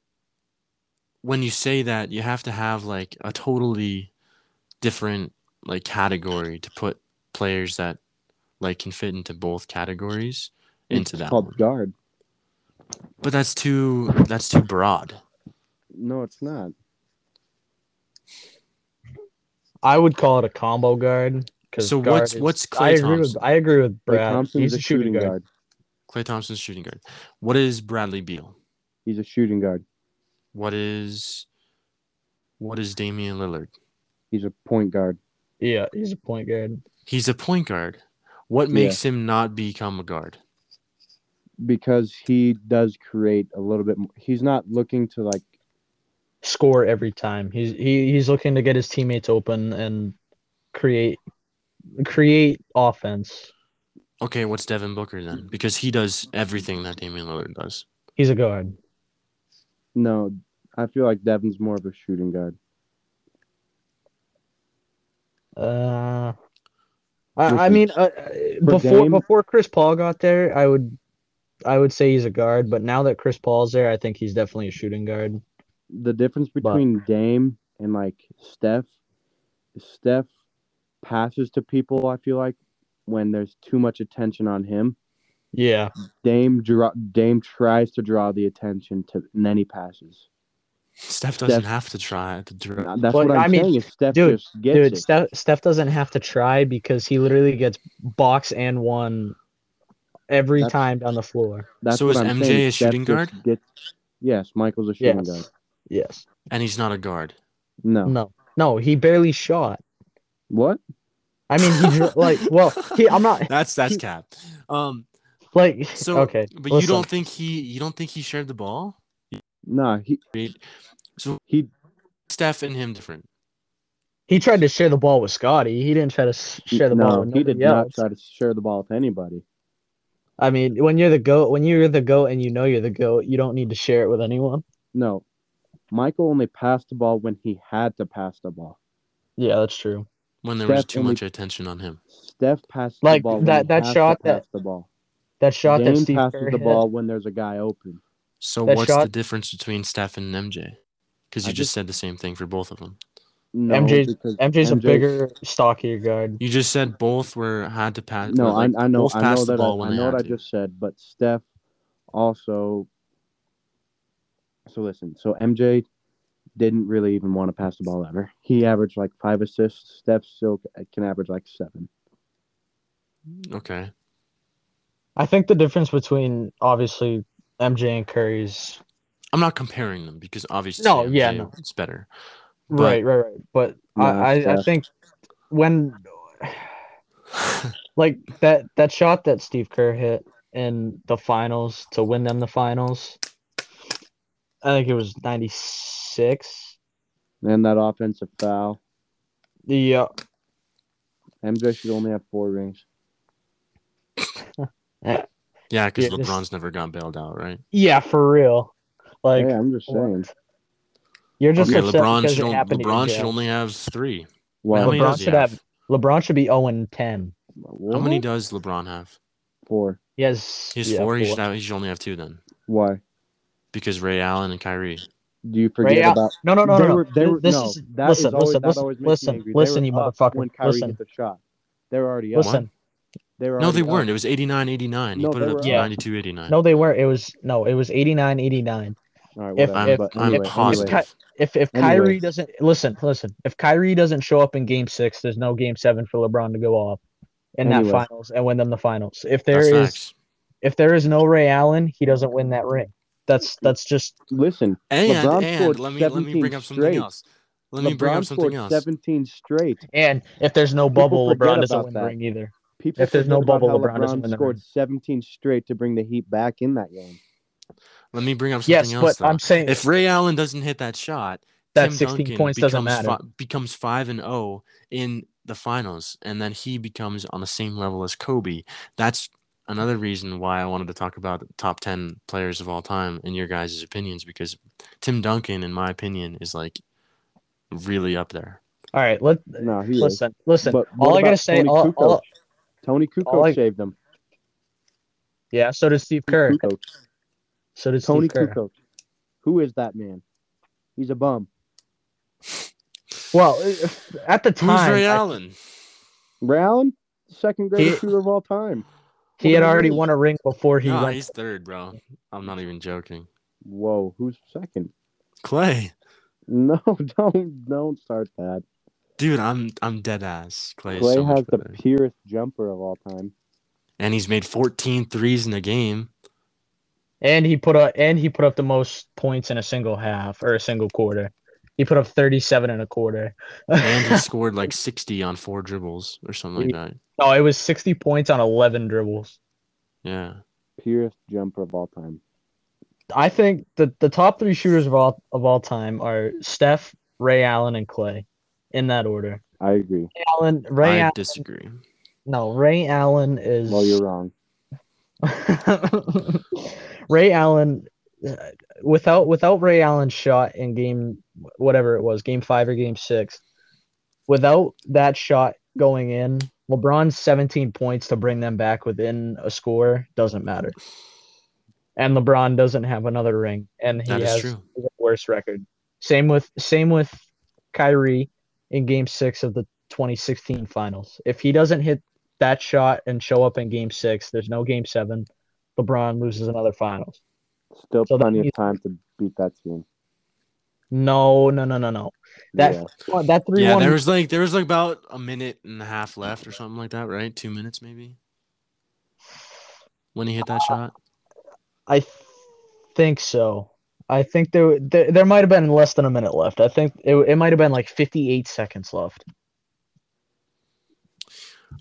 when you say that, you have to have like a totally different like category to put players that like can fit into both categories into it's that called one. guard. But that's too that's too broad. No, it's not. I would call it a combo guard. 'cause So guard what's- is- what's I Klay agree with Thompson? I agree with Klay Brad. Thompson's He's a shooting guard. Clay Thompson's shooting guard. What is Bradley Beal? He's a shooting guard. What is what is Damian Lillard? He's a point guard. Yeah, he's a point guard. He's a point guard. What Yeah. makes him not become a guard? because he does create a little bit more. He's not looking to like Score every time. He's he, he's looking to get his teammates open and create create offense. Okay, what's Devin Booker Mm. then? Because he does everything that Damian Lillard does. He's a guard. no. I feel like Devin's more of a shooting guard. Uh, Listen, I, I mean, uh, for before Dame- before Chris Paul got there, I would I would say he's a guard. But now that Chris Paul's there, I think he's definitely a shooting guard. The difference between Dame and like Steph, is Steph passes to people. I feel like when there's too much attention on him, Yeah, Dame draw Dame tries to draw the attention to, and then he passes. Steph doesn't Steph- have to try to draw. That's But, what I'm I mean, saying. Is Steph dude, just gets dude, it? Steph, Steph doesn't have to try because he literally gets box and one every That's- time down the floor. That's So what is I'm MJ saying. a Steph shooting just guard? gets- yes, Michael's a shooting Yes, Mm. guard. yes, And he's not a guard. No. no, no, he barely shot. What? I mean, he dr- like, well, he, I'm not That's that's he- cap. Um like, so okay, but you listen. don't think he you don't think he shared the ball? No, he he Steph and him different. He tried to share the ball with Scotty. He didn't try to s- share the no, ball with he nobody did else. not try to share the ball with anybody. I mean, when you're the goat, when you're the goat and you know you're the goat, you don't need to share it with anyone. No, Michael only passed the ball when he had to pass the ball. Yeah, that's true. When there was Steph too only- much attention on him. Steph passed Like, the ball. that- when he that has shot to that- pass the ball. That shot Dame that Steve passes Kerr the hit- ball when there's a guy open. So That what's the shot- difference between Steph and MJ? Because you I just, just- said the same thing for both of them. No, MJ's because MJ's a MJ bigger, stockier guard. You just said both were had to pass. No, were, like, I, I know, both I know passed that. the ball I, when I they know had what I to. just said, but Steph also. So listen, so MJ didn't really even want to pass the ball ever. He averaged like five assists. Steph still c- can average like seven. Okay. I think the difference between obviously MJ and Curry's I'm not comparing them because obviously No, yeah, MJ no. it's better. But- right, right, right. But No, I, I, I Steph. think when like that that shot that Steve Kerr hit in the finals to win them the finals. I think it was 96. And that offensive foul. The uh, MJ should only have four rings. yeah, because Yeah, this- LeBron's never got bailed out, right? yeah, for real. Like hey, I'm just saying. you're just okay, upset LeBron because should, it on- happened. to your LeBron should Jazz. only have three. Well, How many LeBron does he should have? have- LeBron should be 0 and 10. what? How many does LeBron have? four? He has He has yeah, four. He should have, he should only have two then Why? because Ray Allen and Kyrie. Do you forget Ray Al- about? No, no, no, they no. were. They Th- were this no. is that is listen, always, listen, that always listen, makes listen, me angry. They listen, were you up motherfucker. When Kyrie Listen. hit the shot, they were already up. listen. They were No, already they up. weren't. It was 89 89. He No, put they it were up to up. 92 89. No, they weren't. It was no, it was 89 89. All right, If- whatever. I'm, if- but if- I'm anyway, positive. anyway, If if Anyway. Kyrie doesn't listen, listen. If Kyrie doesn't show up in game 6, there's no game 7 for LeBron to go off in Anyway. that finals and win them the finals. If there That's is facts. if there is no Ray Allen, he doesn't win that ring. That's that's just listen. And, LeBron and scored let me let me 17 bring up something straight. else. Let me bring LeBron up something scored else. 17 straight. and if there's no People bubble, forget LeBron doesn't about win that. the ring either. People If there's no forget about bubble, how LeBron doesn't win the scored ring. 17 straight to bring the Heat back in that game. Let me bring up something Yes, else. but I'm though. saying if Ray Allen doesn't hit that shot, that Tim 16 Duncan points doesn't becomes matter. fi- becomes five and zero in the finals, and then he becomes on the same level as Kobe. That's another reason why I wanted to talk about the top ten players of all time and your guys' opinions because Tim Duncan, in my opinion, is like really up there. All right, let No, he is. listen, listen. But what all I about gotta say, Tony all, all- Kukoc? Tony all I- Kukoc saved them. yeah. So did Steve Kerr. Kukoc. So did Tony Steve Kerr. Kukoc. Who is that man? He's a bum. Well, if- at the Who's time, Ray I- Allen? Ray Allen, second greatest shooter of all time. he had already won a ring before he Nah, went. he's third, bro. I'm not even joking. Whoa, who's second? Clay. No, don't don't start that. Dude, I'm I'm dead ass. Clay, is Clay so much has the better. purest jumper of all time. and he's made 14 threes in a game. And he put up and he put up the most points in a single half or a single quarter. He put up 37 and a quarter. And he scored like 60 on four dribbles or something like that. no, it was 60 points on 11 dribbles. Yeah. Purest jumper of all time. I think the the top three shooters of all of all time are Steph, Ray Allen, and Clay, in that order. I agree. Ray Allen, Ray, I Al- disagree. no, Ray Allen is. Well, you're wrong. Ray Allen, uh, without without Ray Allen's shot in game whatever it was, game five or game six, without that shot going in, LeBron's 17 points to bring them back within a score doesn't matter. And LeBron doesn't have another ring, and he That is has true. the worst record. Same with same with Kyrie in game six of the 2016 finals. If he doesn't hit that shot and show up in game six, there's no game seven. LeBron loses another finals. Still So that plenty means- of time to beat that team. No, no, no, no, no. That Yeah. one- that three Yeah, one. there was like there was like about a minute and a half left or something like that, right? Two minutes maybe. When he hit that shot. I th- think so. I think there, there there might have been less than a minute left. I think it, it might have been like 58 seconds left.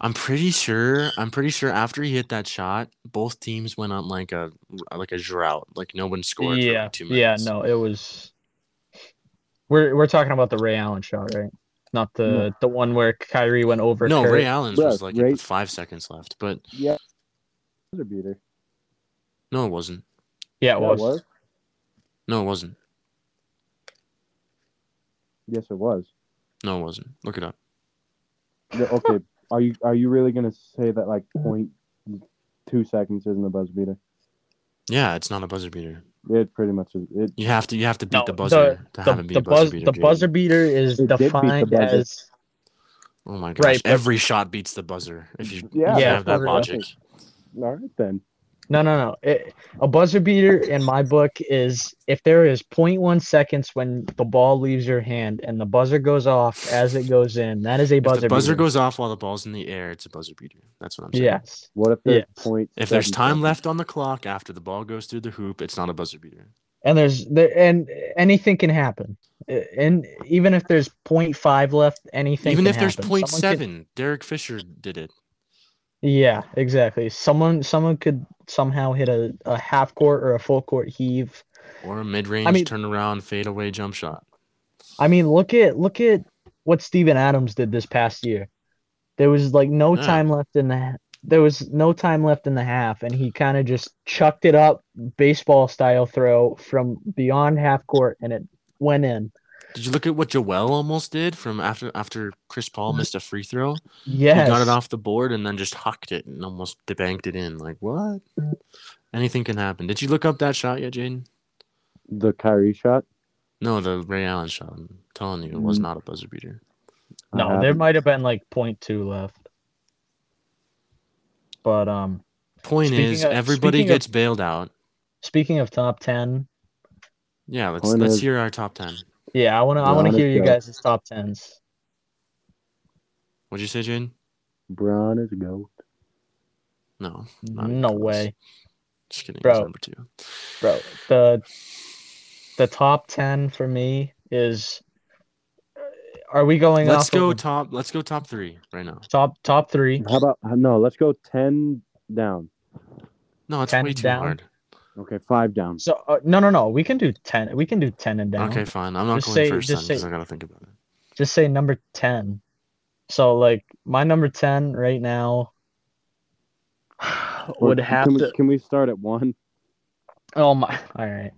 I'm pretty sure. I'm pretty sure after he hit that shot, both teams went on like a like a drought. Like no one scored. for, Yeah, like, two yeah. minutes. No, it was. We're we're talking about the Ray Allen shot, right? Not the No. the one where Kyrie went over. No, Curry. Ray Allen's was Bro, like at Ray- the five seconds left, but Yeah. Buzzer beater. no, it wasn't. Yeah, it That was. was. No, it wasn't. Yes, it was. No, it wasn't. Look it up. Yeah, okay, are you are you really gonna say that like point two seconds isn't a buzzer beater? Yeah, it's not a buzzer beater. It pretty much is. It You have to you have to beat No, the the- buzzer to The, have it be the a buzzer buzz, beater. the Jaden. buzzer beater is It did beat the defined buzzer. as Oh my gosh! Right, but- Every shot beats the buzzer. If you, Yeah, if you Yeah, have that buzzer logic. all right then. No, no, no. It, a buzzer beater in my book is if there is 0.1 seconds when the ball leaves your hand and the buzzer goes off as it goes in, that is a If buzzer the buzzer beater. goes off while the ball's in the air, it's a buzzer beater. That's what I'm saying. yes. What if there's Yes. point? If there's seven time seconds? left on the clock after the ball goes through the hoop, it's not a buzzer beater. And there's there and anything can happen. Uh, And even if there's 0.5 left, anything Even can if there's happen. point Someone could- seven, Derek Fisher did it. yeah, exactly. Someone someone could somehow hit a, a half court or a full court heave Or a mid range I mean- turnaround fadeaway jump shot. I mean, look at look at what Steven Adams did this past year. There was like no Yeah. time left in the there was no time left in the half, and he kind of just chucked it up baseball style throw from beyond half court, and it went in. Did you look at what Joel almost did from after after Chris Paul missed a free throw? Yes, He got it off the board and then just hucked it and almost banked it in. Like what? Anything can happen. Did you look up that shot yet, Jaden? The Kyrie shot. No, the Ray Allen shot. I'm telling you, it was Mm. not a buzzer beater. I No, have- there might have been like point two left, but um, Point Speaking is, of- everybody speaking of- gets bailed out. speaking of top ten, Yeah, let's Point let's is- hear our top ten. yeah, I wanna I wanna Giannis hear you got- guys' top tens. What'd you say, Jaden? Brown is a goat. No, not even No close. way. Just kidding. Bro. It's number two. bro the the top 10 for me is uh, are we going Let's off go of top. Let's go top three right now. top top three How about no? Let's go ten down. No, it's 10 way too down. hard. Okay, five down. so uh, no no no we can do 10 we can do 10 and down Okay, fine. I'm not Just going say- first just then because say- I gotta think about it. just say number 10 so like my number 10 right now Or would can have we- to Can we start at one? oh my all right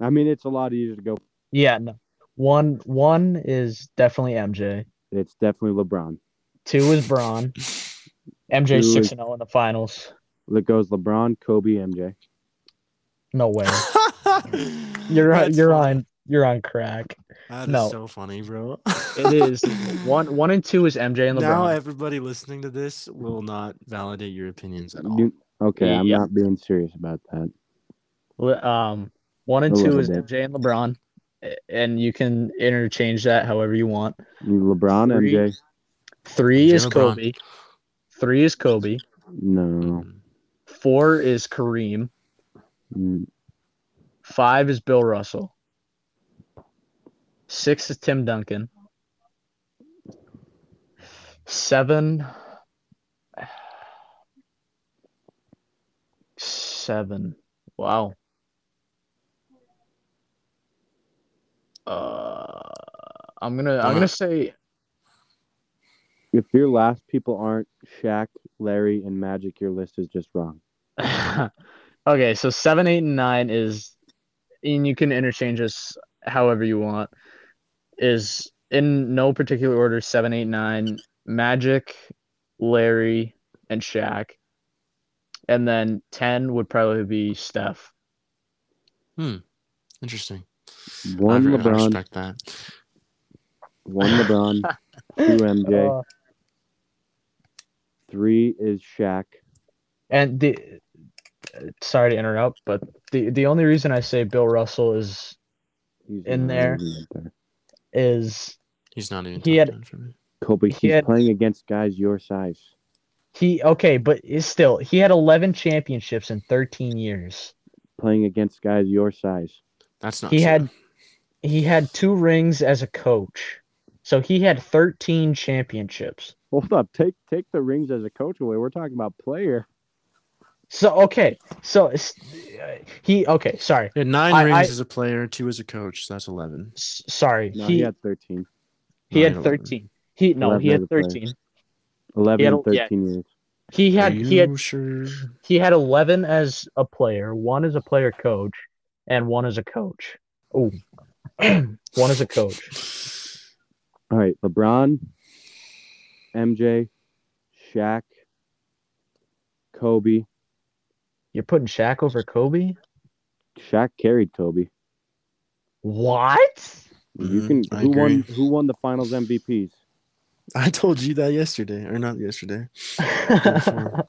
I mean, it's a lot easier to go. yeah no one one is definitely mj It's definitely LeBron. two is braun mj Two is- 6 and 0 in the finals It goes LeBron, Kobe, MJ. no way you're on That's you're funny. on you're on crack That is No. so funny, bro. It is one. One and two is MJ and Now LeBron. everybody listening to this will not validate your opinions at all. You- okay, I'm Yeah. not being serious about that. Le- um, one and A two little is bit. MJ and LeBron, and you can interchange that however you want. LeBron, Three. MJ. Three is Jalen Brown. Kobe. Three is Kobe. Hmm, No. Four is Kareem. Mm, Five is Bill Russell. Six is Tim Duncan. Seven. Seven. Wow. Uh, I'm gonna. I'm Alright. gonna say. If your last people aren't Shaq, Larry, and Magic, your list is just wrong. okay, so seven, eight, and nine is, and you can interchange this however you want. Is in no particular order. Seven, eight, nine. Magic, Larry, and Shaq, and then ten would probably be Steph. Interesting. One I, re- I LeBron, respect that. one LeBron, two MJ, Oh. three is Shaq. And the sorry to interrupt, but the the only reason I say Bill Russell is He's In not there. even up there. is He's not even He had- top 10 for me. Kobe, He he's had- playing against guys your size. he okay, but is still he had eleven championships in thirteen years. Playing against guys your size. That's not he true. had he had two rings as a coach so he had 13 championships Hold up, take take the rings as a coach away. We're talking about player. so okay so it's- he okay sorry He had nine I- rings I- as a player, two as a coach. So that's 11. S- sorry No, he he he had, had 13. 9, 11. 13 he no he 11 had as a player. 13 He 11 had and a- yeah. 13 years. he had Are you he had sure? he had 11 as a player one as a player coach and one as a coach oh one as a coach All right, LeBron, MJ, Shaq, Kobe. you're putting Shaq over Kobe Shaq carried Kobe. what you Mhm, can I who won agree. who won the finals MVPs? I told you that yesterday, or not yesterday. Before.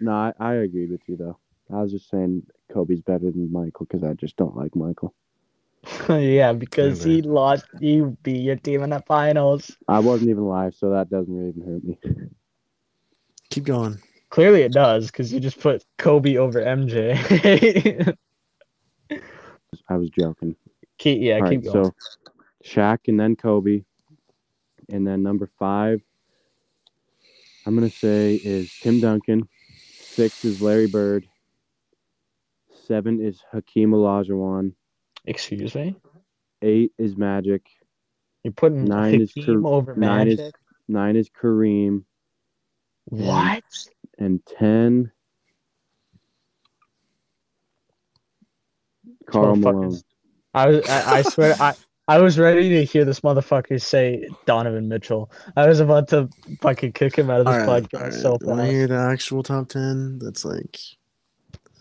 No, I, I agreed with you though. I was just saying Kobe's better than Michael because I just don't like Michael. yeah because he lost he beat your team in the finals I wasn't even live, so that doesn't really even hurt me. Keep going. Clearly it does, because you just put Kobe over MJ. I was joking. keep, yeah, All right, keep going. so Shaq and then Kobe, and then number five, I'm gonna say is Tim Duncan. Six is Larry Bird. Seven is Hakeem Olajuwon. Excuse me? Eight is Magic. You're putting Nine is Hakeem Kar- over nine is- Magic? Nine is Kareem. what? and 10 Carl Motherfuckers. Malone. I was I, I swear I I was ready to hear this motherfucker say Donovan Mitchell. I was about to fucking kick him out of this podcast so Want to fast. hear the actual top 10? That's like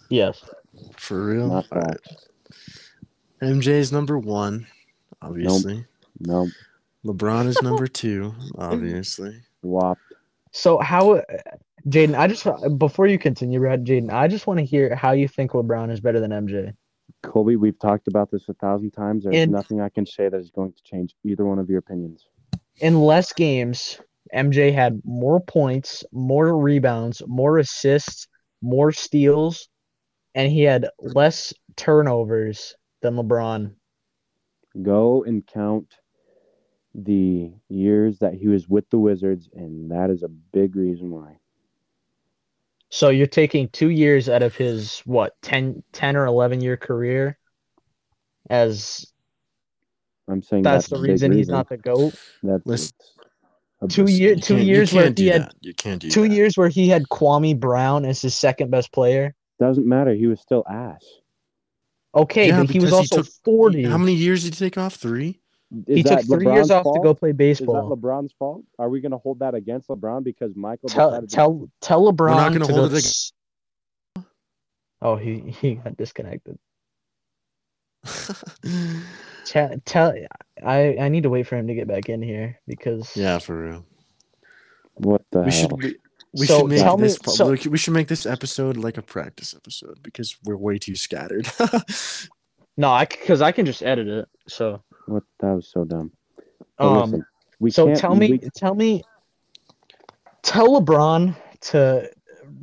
Yes. for real. Not All right. facts. MJ is number one, obviously. No, LeBron is number two, obviously. WAP. So how uh, Jaden, I just before you continue, Brad, Jaden, I just want to hear how you think LeBron is better than MJ. Kobe, we've talked about this a thousand times. There's And- nothing I can say that is going to change either one of your opinions. in less games, MJ had more points, more rebounds, more assists, more steals, and he had less turnovers than LeBron. Go and count the years that he was with the Wizards, and that is a big reason why. So you're taking two years out of his what 10, 10 or eleven year career as I'm saying that's that's, the a big reason he's not the goat. That's Listen. a- Two year- You two can't- years you where can't he do had- that. You can't do Two that. years where he had Kwame Brown as his second best player. Doesn't matter. He was still ass. Okay, Yeah, but he was because also he took- forty. How many years did he take off? Three? Is he took that three LeBron's years off to fault? go play Is that baseball. LeBron's fault? Are we going to hold that against LeBron because Michael tell decided to tell tell LeBron gonna to hold go it ag- s- Oh, he he got disconnected. Tell, tell I I need to wait for him to get back in here because yeah, for real. What the We hell? should we, we So, should make tell me- this pub- so- like, we should make this episode like a practice episode because we're way too scattered. No, I because I can just edit it. So What that was so dumb. But Oh, um, listen, we so can't- tell me, we- tell me, tell LeBron to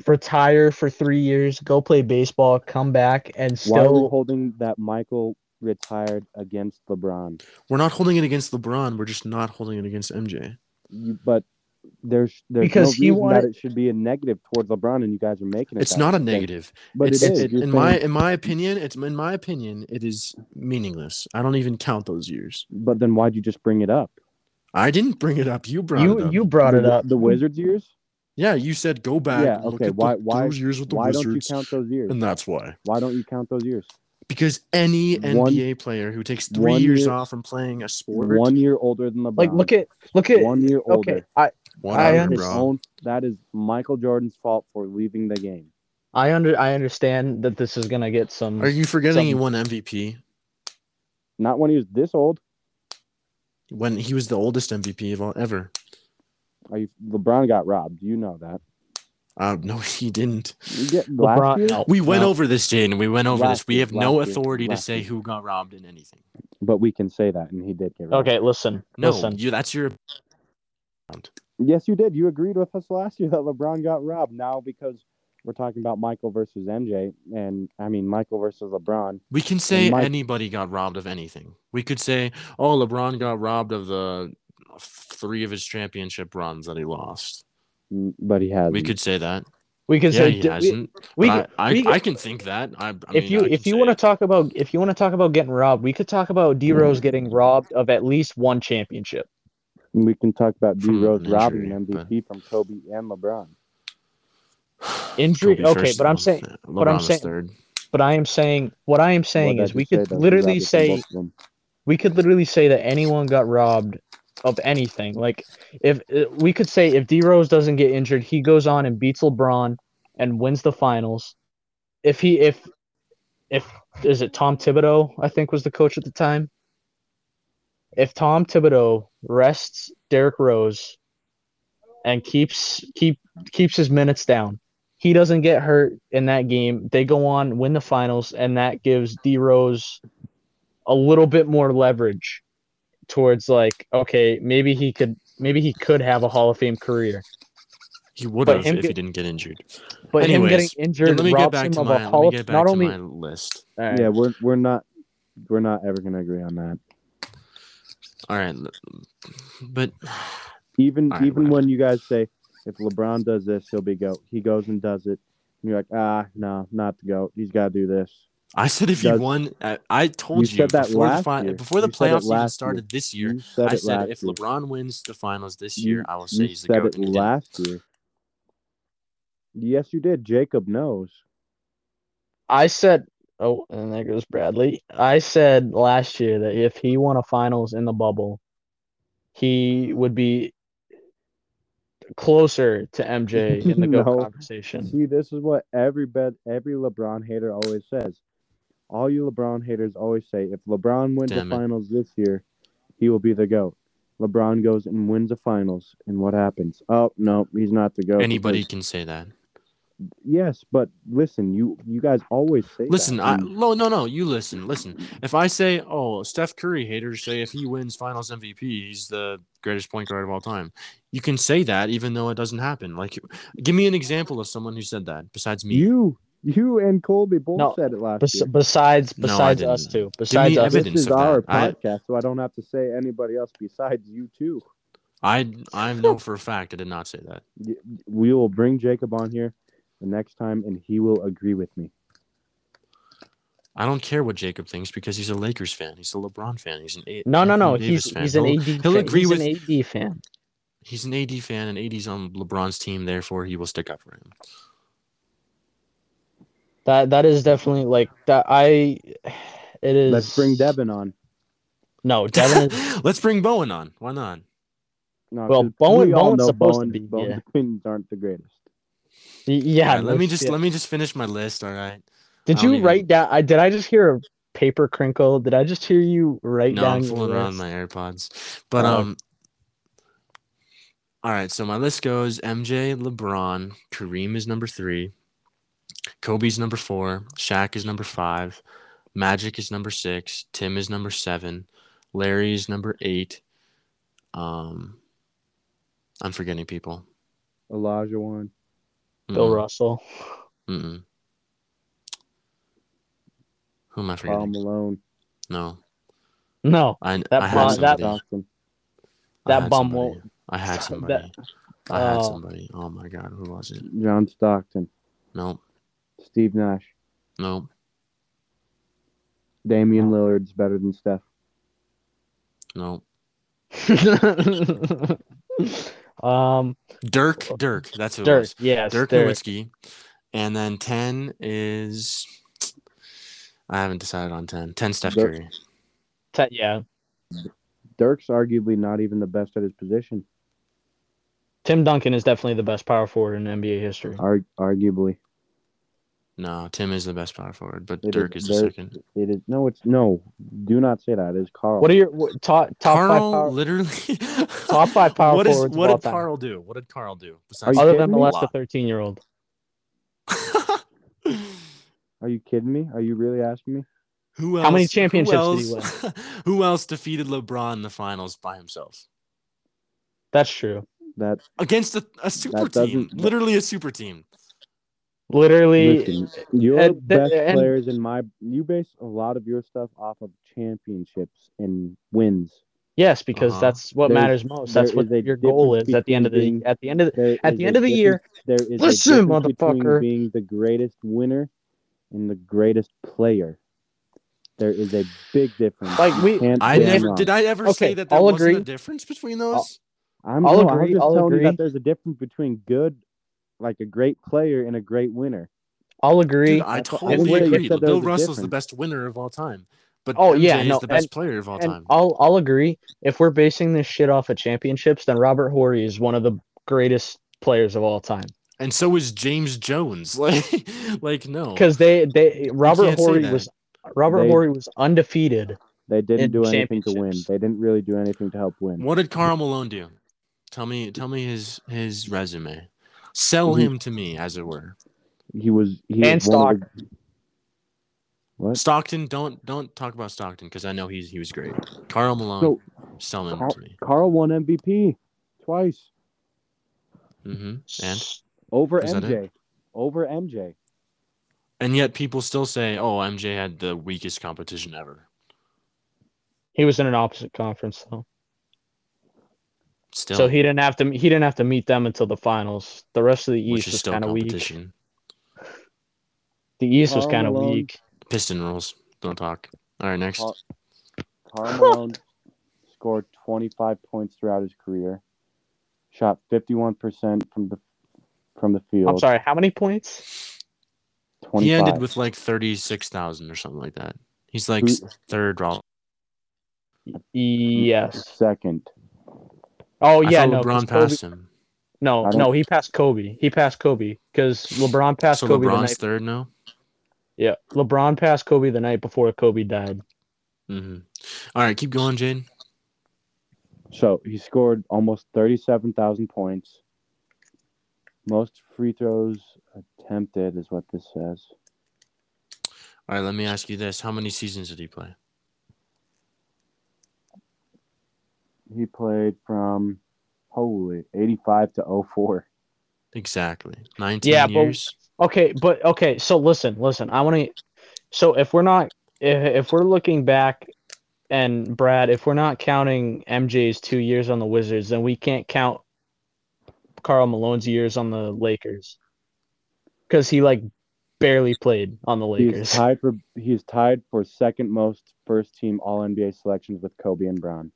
retire for three years, go play baseball, come back, and why are we still. holding that Michael retired against LeBron? We're not holding it against LeBron. We're just not holding it against MJ. You, but there's there's Because no he reason that wanted- it should be a negative towards LeBron, and you guys are making it. It's that not a way. negative. but it's, it is. it- You're in my saying- in my opinion, it's in my opinion, it is meaningless. I don't even count those years. but then why'd you just bring it up? I didn't bring it up. You brought it You up. you brought the, it up. The Wizards years. yeah, you said go back. Yeah, and look okay, at the- why- why- those years with the Why don't you Wizards, count those years? and that's why. Why don't you count those years? Because any One- NBA player who takes three one years year- off from playing a sport, One year older than LeBron. Like look at look at one year older. okay. I I whatever, His understand. bro. own- that is Michael Jordan's fault for leaving the game. I under I understand that this is gonna get some. Are you forgetting he Some- won MVP Not when he was this old. when he was the oldest MVP of all ever? Are you, LeBron got robbed. You know that. Uh, no, he didn't. You get last LeBron, year, no, We went no. over this, Jaden. We went over this. Last We year, have no last year, authority to last say year. who got robbed in anything. but we can say that, and he did get robbed. Okay, listen, No, listen. you. That's your. Yes, you did. You agreed with us last year that LeBron got robbed. Now because we're talking about Michael versus MJ, and I mean Michael versus LeBron. We can say Mike- anybody got robbed of anything. We could say, oh, LeBron got robbed of the three of his championship runs that he lost. mm, But he has. We could say that. We can Yeah, say he di- we, hasn't. we, I, could- I, we could- I can think that. I, I if mean, you I can if you say want to it. talk about if you want to talk about getting robbed, we could talk about D Mm-hmm. Rose getting robbed of at least one championship. We can talk about D From Rose an robbing injury, an MVP from Kobe and LeBron. Injury- Kobe okay, first, but I'm though. saying- Yeah, but I'm LeBron was saying- third. But I am saying what I am saying What'd I is we just say? could That he literally robbed it from say both of them. we could literally say that anyone got robbed of anything. Like if uh, we could say if D Rose doesn't get injured, he goes on and beats LeBron and wins the finals. If he if if is it Tom Thibodeau, I think was the coach at the time. If Tom Thibodeau rests Derrick Rose and keeps keep keeps his minutes down, he doesn't get hurt in that game. They go on win the finals, and that gives D Rose a little bit more leverage towards like okay, maybe he could maybe he could have a Hall of Fame career. He would But have if him he get- didn't get injured. But him Anyways, getting Yeah, injured let me get robs back him to of my. a Let me Hall get of back not to only my list. all right. Yeah, we're we're not we're not ever gonna agree on that. All right, l- but Even All right, even whatever. when you guys say if LeBron does this, he'll be goat. He goes and does it. And you're like, ah, no, not the goat. He's got to do this. I said if he Does- won, I, I told You you, said that before, the last fi- year. before the You said it playoffs even last started this year. You said I it said last if year. LeBron wins the finals this You- year, I will say you he's the said goat. it And he didn't. last year. Yes, you did. Jacob knows. I said, oh, and there goes Bradley. I said last year that if he won a finals in the bubble, he would be closer to MJ in the GOAT No. conversation. See, this is what every bet, every LeBron hater always says. All you LeBron haters always say, if LeBron wins Damn it. the finals this year, he will be the goat. LeBron goes and wins the finals, and what happens? Oh no, he's not the goat. Anybody because- can say that. Yes, but listen, you you guys always say. Listen, that, I and no no no. You listen, listen. Mm-hmm. If I say, oh, Steph Curry haters say if he wins Finals MVP, he's the greatest point guard of all time. You can say that even though it doesn't happen. Like, give me an example of someone who said that besides me. you you and Colby both No, said it last Bes- year. besides, No, I besides us didn't. two, besides me us, evidence. This is of that. our I- podcast, so I don't have to say anybody else besides you two. I I know for a fact I did not say that. Y- We will bring Jacob on here the next time, and he will agree with me. I don't care what Jacob thinks because he's a Lakers fan. He's a LeBron fan. He's an a- no, no, no. Anthony Davis He's fan. he's an He'll- AD. he'll fan. agree he's with- an AD fan. He's an AD fan, and AD's on LeBron's team. Therefore, he will stick up for him. That that is definitely like that. I it is. Let's bring Devin on. No, Devin is. Let's bring Bowen on. Why not? No, Well, 'cause Bowen- we all Bowen's know supposed to Bowen- be, Bowen's yeah. opinions aren't the greatest. yeah. Alright, let no me just shit. let me just finish my list. All right. Did I don't you even- write down? I did. I just hear a paper crinkle. Did I just hear you write No, down? I'm your fooling around with list? my AirPods. But Oh. um. All right, so my list goes MJ, LeBron, Kareem is number three, Kobe's number four, Shaq is number five, Magic is number six. Tim is number seven. Larry is number eight. Um, I'm forgetting people. Elijah one. Bill Mm-mm, Russell. Mm-mm. Who am I forgetting? Carl Malone. no, No, I Um, that I had blonde- that- somebody. Stockton. I that had bum somebody. won't- I had that- somebody. I had oh. somebody. Oh my god, who was it? John Stockton. Nope, Steve Nash. nope. Damian Lillard's better than Steph. Nope. um, Dirk. Dirk. That's who it Dirk. was. Yes, Dirk, Dirk. Nowitzki. And then 10 is. I haven't decided on 10. 10 Steph Dirk. Curry. Te- yeah, Dirk's arguably not even the best at his position. Tim Duncan is definitely the best power forward in NBA history. Ar- arguably, No, Tim is the best power forward, but It is Dirk is, the Dirk. second. it is no. It's no. Do not say that. It's Carl. What are your what, top top Carl five power? literally. Top five power what is, forwards of What all did time. Carl do? What did Carl do? you Other kidding than me? molest a thirteen-year-old, Are you kidding me? Are you really asking me? who else? How many championships who did he else, who else defeated LeBron in the finals by himself? that's true. That Against a, a super team. doesn't- Literally a super team. Literally, listen, your and th- best and- players in my you base a lot of your stuff off of championships and wins. yes, because Uh-huh. that's what There's- matters most. That's there what is a your goal is difference at the end of the between at the end of the There At is the a end of the difference- year- there is a Listen, difference motherfucker. between being the greatest winner and the greatest player. There is a big difference. like we. Can't I say I'm never wrong. did. I ever say Okay, that there I'll wasn't a agree. difference between those. I'm, I'll no, I was agree, just I'll telling you agree. that there's a difference between good, like a great player, and a great winner. I'll agree. Dude, I That's what- I totally didn't say- agree. I said there Bill was a Russell's the difference. best winner of all time, but Oh, MJ yeah, is no, the best and- player of all and time. I'll I'll agree. If we're basing this shit off of championships, then Robert Horry is one of the greatest players of all time and so is James Jones. Like, like no, because they they Robert Oh. can't say Horry that. was Robert They- Horry was undefeated. They didn't In do anything to win. championships. They didn't really do anything to help win. what did Carl Malone do? Tell me, tell me his his resume. Sell Mm-hmm. Mhm. him to me, as it were. He was he And was one of the- What? Stockton, don't don't talk about Stockton because I know he's he was great. Carl Malone, So sell him Carl- to me. Carl won MVP twice hmm And over Is that it? MJ. Over MJ. and yet people still say, oh, MJ had the weakest competition ever. He was in an opposite conference though, Still, so he didn't have to he didn't have to meet them until the finals. The rest of the which East is was still kind of weak. competition. The East was Karl kind of Malone. weak. Piston rules. Don't talk. All right, next. Carl, Karl Malone scored 25 points throughout his career. Shot 51% from the from the field. I'm sorry. How many points? He 25. ended with like thirty-six thousand or something like that. He's like Who- third round. Yes. second. Oh yeah. I no, thought 'cause LeBron Kobe- passed him. No, I don't- no, he passed Kobe. He passed Kobe because LeBron passed So Kobe the LeBron's night. third now. Yeah, LeBron passed Kobe the night before Kobe died. Mm-hmm. All right, keep going, Jade. So he scored almost 37,000 points. Most free throws attempted is what this says. All right, let me ask you this: How many seasons did he play? He played from holy 85 to 04. Exactly, nineteen Yeah, but- years. Okay, but okay, so listen, listen. I want to. So if we're not, if, if we're looking back, and Brad, if we're not counting MJ's two years on the Wizards, then we can't count Carl Malone's years on the Lakers because he like barely played on the He is Lakers. tied for he is tied for second most first team All NBA selections with Kobe and Brown.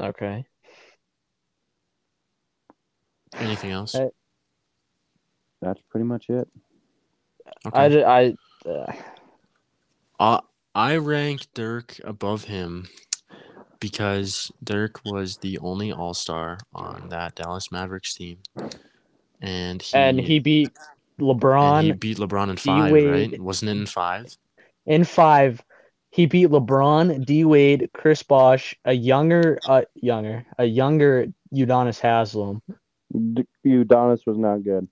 Okay. Anything else? I- Okay. That's pretty much it. I ju- I. Uh, Uh, I rank Dirk above him because Dirk was the only All Star on that Dallas Mavericks team, and he and he beat LeBron. and he beat LeBron in five, right? Wade. Wasn't it in five? in five, he beat LeBron, D Wade, Chris Bosh, a younger, uh, younger, a younger Udonis Haslam, D- Udonis was not good.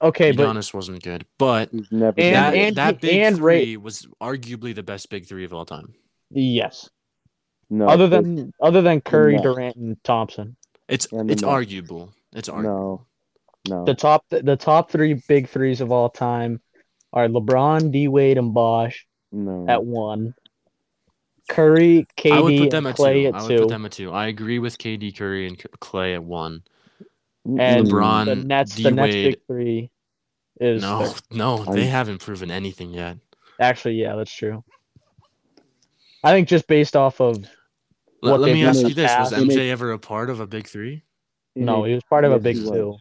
Okay, but Giannis wasn't good, but He's never And- that, been. and- that big and Ray- three was arguably the best big three of all time. yes. no, other than other than Curry, No. Durant, and Thompson, It's Yeah, I mean, it's no. arguable. It's arguable. no, no. the top the top three big threes of all time are LeBron, D Wade, and Bosh No. at one. Curry, KD, I would put them and at Clay two. at I would two. put them at two. I agree with KD Curry and C- Clay at one. and LeBron, the Nets, the Nets D-Wade. big three is No, third. no, I- they haven't proven anything yet. actually yeah, that's true. I think just based off of Let- What let they've me done ask in you the this: Was past. MJ ever a part of a big three? no, he was part of a Yes, big he was. two.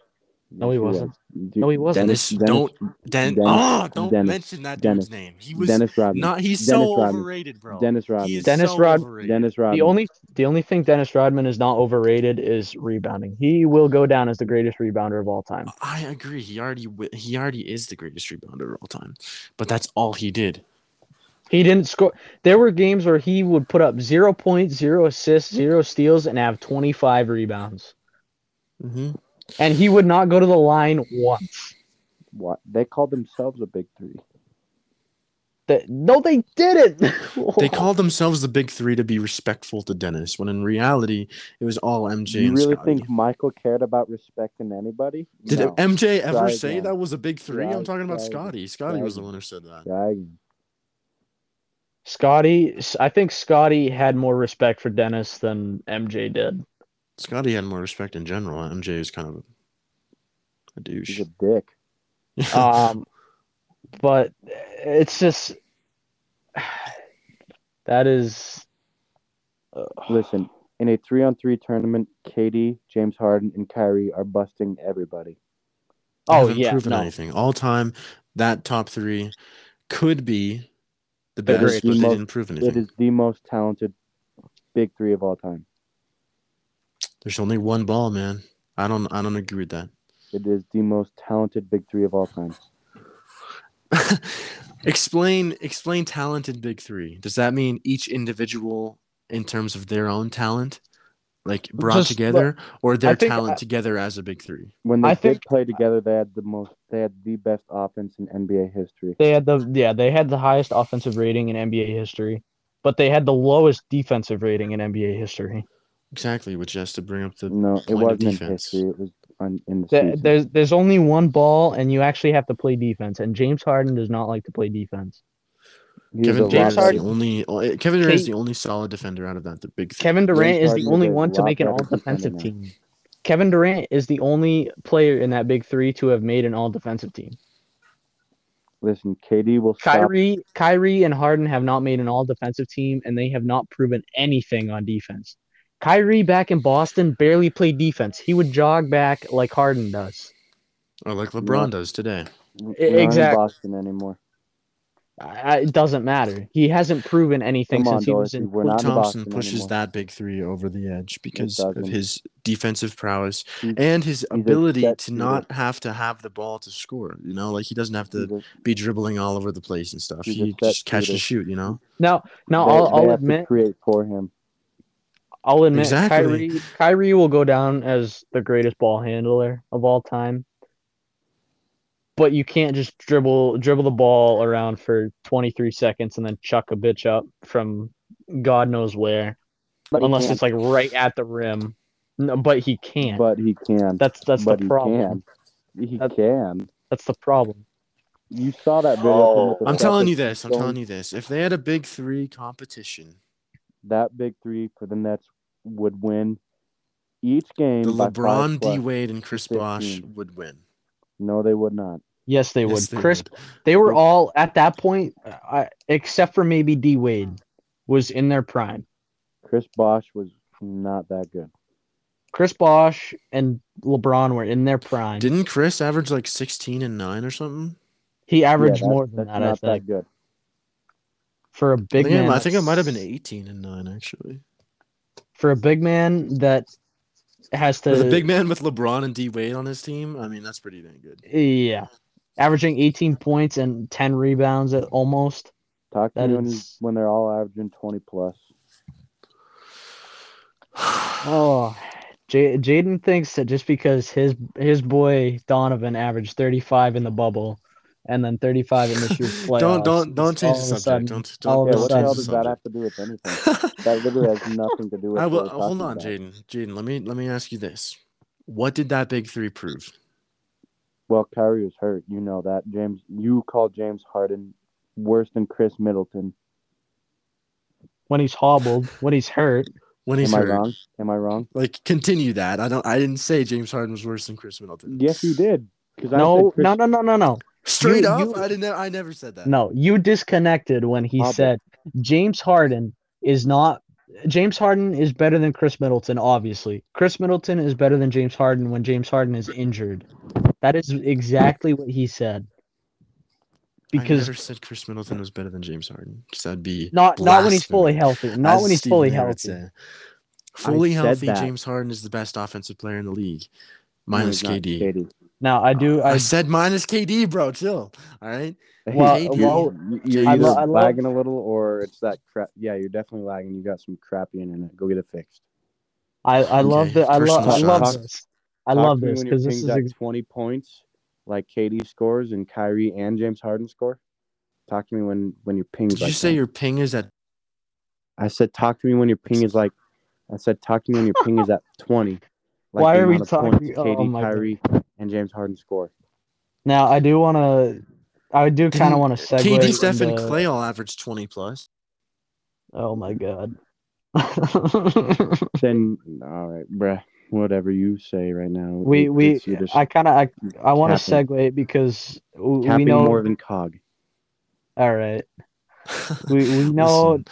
No, he wasn't. was. No, he wasn't. Dennis, don't Den- Dennis- oh, don't Dennis- mention that Dennis- dude's name. He was Dennis Rodman. not. He's Dennis so Rodman. overrated, bro. Dennis Rodman. He is Dennis so Rod- overrated. Dennis Rodman. The only the only thing Dennis Rodman is not overrated is rebounding. He will go down as the greatest rebounder of all time. I agree. He already wi- he already is the greatest rebounder of all time, but that's all he did. He didn't score. There were games where he would put up zero points, zero assists, zero steals, and have twenty five rebounds, Mm-hmm. and he would not go to the line once. What? They called themselves a big three. That no, they didn't. They called themselves the Big Three to be respectful to Dennis, when in reality it was all MJ. Do you and really Scottie. think Michael cared about respecting anybody? Did no. MJ ever Right say now. that was a Big Three? I'm Right, talking about right, Scotty. Scotty was the right. one who said that. Dragon. Scotty, I think Scotty had more respect for Dennis than MJ did. Scotty had more respect in general. MJ is kind of a, a douche. He's a dick. Um, but it's just that is. Listen, in a three on three tournament, Katie, James Harden, and Kyrie are busting everybody. They Oh haven't yeah, proven no. anything. All time, that top three could be the The best, greatest. but they Most- didn't prove It anything. is the most talented big three of all time. There's only one ball, man. I don't. I don't agree with that. It is the most talented big three of all time. explain. Explain talented big three. Does that mean each individual, in terms of their own talent, like brought Just together, or their think talent I- together as a big three? When they I did think- play together, they had the most. They had the best offense in NBA history. They had the yeah, they had the highest offensive rating in NBA history, but they had the lowest defensive rating in NBA history. Exactly, which has to bring up the No, it of wasn't in defense. history. It was on, in the There- season. There's there's only one ball, and you actually have to play defense. And James Harden does not like to play defense. He was Kevin a Durant James is lot the Harden- only oh, Kevin Durant is Kate- the only solid defender out of that the big three. Kevin Durant is Harden the is only a one to lot make an better all defender defensive now. team. Kevin Durant is the only player in that big three to have made an all defensive team. Listen, KD will stop. Kyrie, Kyrie, and Harden have not made an all defensive team, and they have not proven anything on defense. Kyrie back in Boston barely played defense. He would jog back like Harden does. Or like LeBron Yeah. does today. We're not in exactly. Boston anymore. I, I- it doesn't matter. He hasn't proven anything Come on, since he was Dorsey, in. we're not in Thompson Boston pushes anymore. that big three over the edge because of doesn't. his defensive prowess He's- and his a ability set to not have to have the ball to score. You know, like he doesn't have He's to a- be dribbling all over the place and stuff. He's a He set just catch shooter. and shoot. You know, Now, now they- I'll, they I'll have to admit, create for him. I'll admit, Exactly. Kyrie, Kyrie will go down as the greatest ball handler of all time. But you can't just dribble dribble the ball around for 23 seconds and then chuck a bitch up from God knows where. But he unless can't. it's like right at the rim. No, but he can't. But he can. that's that's the but he problem. can. He That's- can. That's the problem. You saw that video. Oh. of him with the I'm telling Celtics. you this. I'm don't- telling you this. If they had a big three competition, that big three for the Nets would win each game. the by five LeBron, plus. D Wade, and Chris Bosh 15. would win. No, they would not. Yes, they Yes, would. Chris, they were all at that point, uh, I, except for maybe D Wade, was in their prime. Chris Bosh was not that good. Chris Bosch and LeBron were in their prime. Didn't Chris average like 16 and 9 or something? he averaged Yeah, that- more than that's that, I not think, that good. for a big I think, man. it, I think it might have been that's- 18 and 9 actually. for a big man that has to With a big man with LeBron and D Wade on his team, I mean that's pretty dang good. yeah, averaging 18 points and 10 rebounds at almost. Talk to That me when, is- when they're all averaging 20 plus. Oh, J- Jaden thinks that just because his his boy Donovan averaged 35 in the bubble, and then 35 in this year's playoffs. don't don't don't it's change all the of a subject. sudden- don't all of don't, a yeah, don't what the hell sudden- change does the that have to do with anything? That literally has nothing to do with. I what will, we're hold on, talking about. Jaden. Jaden, let me let me ask you this: What did that big three prove? Well, Kyrie was hurt. You know that James. You called James Harden worse than Chris Middleton. when he's hobbled, when he's hurt. When he's Am I hurt, wrong? Am I wrong? like continue that. I don't. I didn't say James Harden was worse than Chris Middleton. Yes, you did. Because I No, said Chris, no, no, no, no, no, Straight You- up, you- I didn't. I never said that. no. You disconnected when he Hobbled. said James Harden is not. James Harden is better than Chris Middleton, obviously. Chris Middleton is better than James Harden when James Harden is injured. That is exactly what he said. I Because never said Chris Middleton was better than James Harden because that'd be not not when he's fully blasphemy, healthy. Not as when he's Stephen fully A. would healthy. say. Fully said healthy, that. James Harden is the best offensive player in the league, no, minus he's not. KD. KD. Now I do. I I said minus KD, bro. Chill. All right. Well, Hey, well, you- you're I either lo- I love- lagging a little, or it's that crap. Yeah, you're definitely lagging. You got some crappy internet. Go get it fixed. I, I love Okay, that. I love. personal I love shots. this. I Talk love to me this when your because this team's is at ex- 20 points, like KD scores and Kyrie and James Harden score. Talk to me when when your ping. Did you say your ping is at? I said talk to me when your ping is like. I said talk to me when your ping is at 20. Like Why the are we amount of points talking- oh KD, my God. Kyrie, and James Harden score. now. I do want to. I do kind of Didn't want to segue. KD, Steph, and into- Clay all averaged twenty plus. Oh my god. Then all right, bruh. Whatever you say right now. we it- we. it's- you're just I kind of. I, I want to capping- segue because w- we capping know. more than cog. All right. We we know Listen,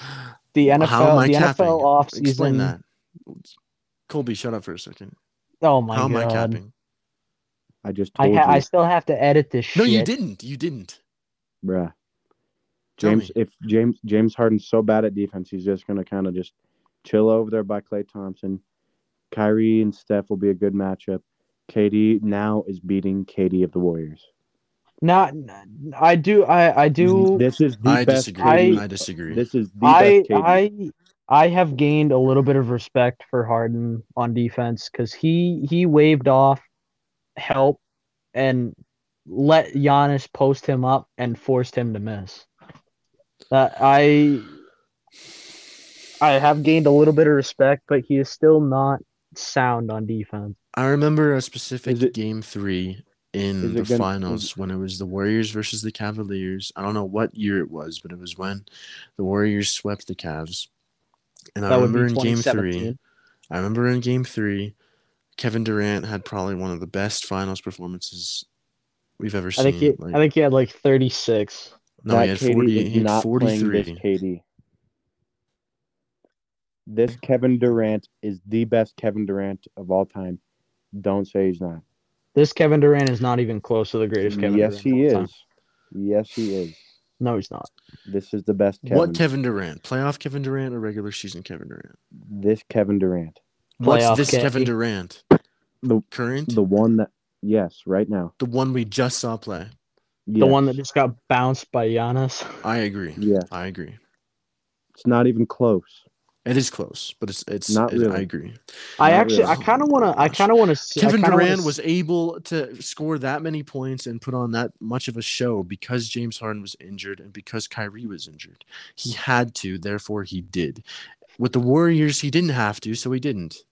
the NFL. how am I the capping? NFL offseason. Explain that. Colby, shut up for a second. Oh my How am I god. capping? I just I, told ha- I you, still have to edit this No, shit. you didn't. You didn't. bruh. Tell James, me. if James James Harden's so bad at defense, he's just gonna kind of just chill over there by Clay Thompson. Kyrie and Steph will be a good matchup. KD now is beating KD of the Warriors. Not. I do. I I do. This is the I best. disagree. KD. I, disagree. This is the I best. KD. I I have gained a little bit of respect for Harden on defense because he he waved off help and let Giannis post him up and forced him to miss. That I I have gained a little bit of respect, but he is still not sound on defense. I remember a specific Is it- game three is in the it gonna- finals when it was the Warriors versus the Cavaliers. I don't know what year it was, but it was when the Warriors swept the Cavs. And I That would be remember in game three, 2017. I remember in game three, Kevin Durant had probably one of the best finals performances we've ever I seen. think he Like, I think he had like 36. no, he had, 40, is he had not playing 43. this KD. This Kevin Durant is the best Kevin Durant of all time. Don't say he's not. This Kevin Durant is not even close to the greatest Kevin Yes, Durant. he of all time. is. Yes, he is. No, he's not. This is the best Kevin. What Kevin Durant? Playoff Kevin Durant or regular season Kevin Durant? This Kevin Durant, Playoff What's this K. Kevin Durant? The- current? the one that yes, right now, the one we just saw play. The Yes. one that just got bounced by Giannis. I agree. Yeah, I agree. it's not even close. It is close, but it's it's Not it- I really. agree. I Not actually, I really. kind of want to. I kind of want to. Kevin Durant was able to score that many points and put on that much of a show because James Harden was injured and because Kyrie was injured. He had to, therefore he did. With the Warriors, he didn't have to, so he didn't.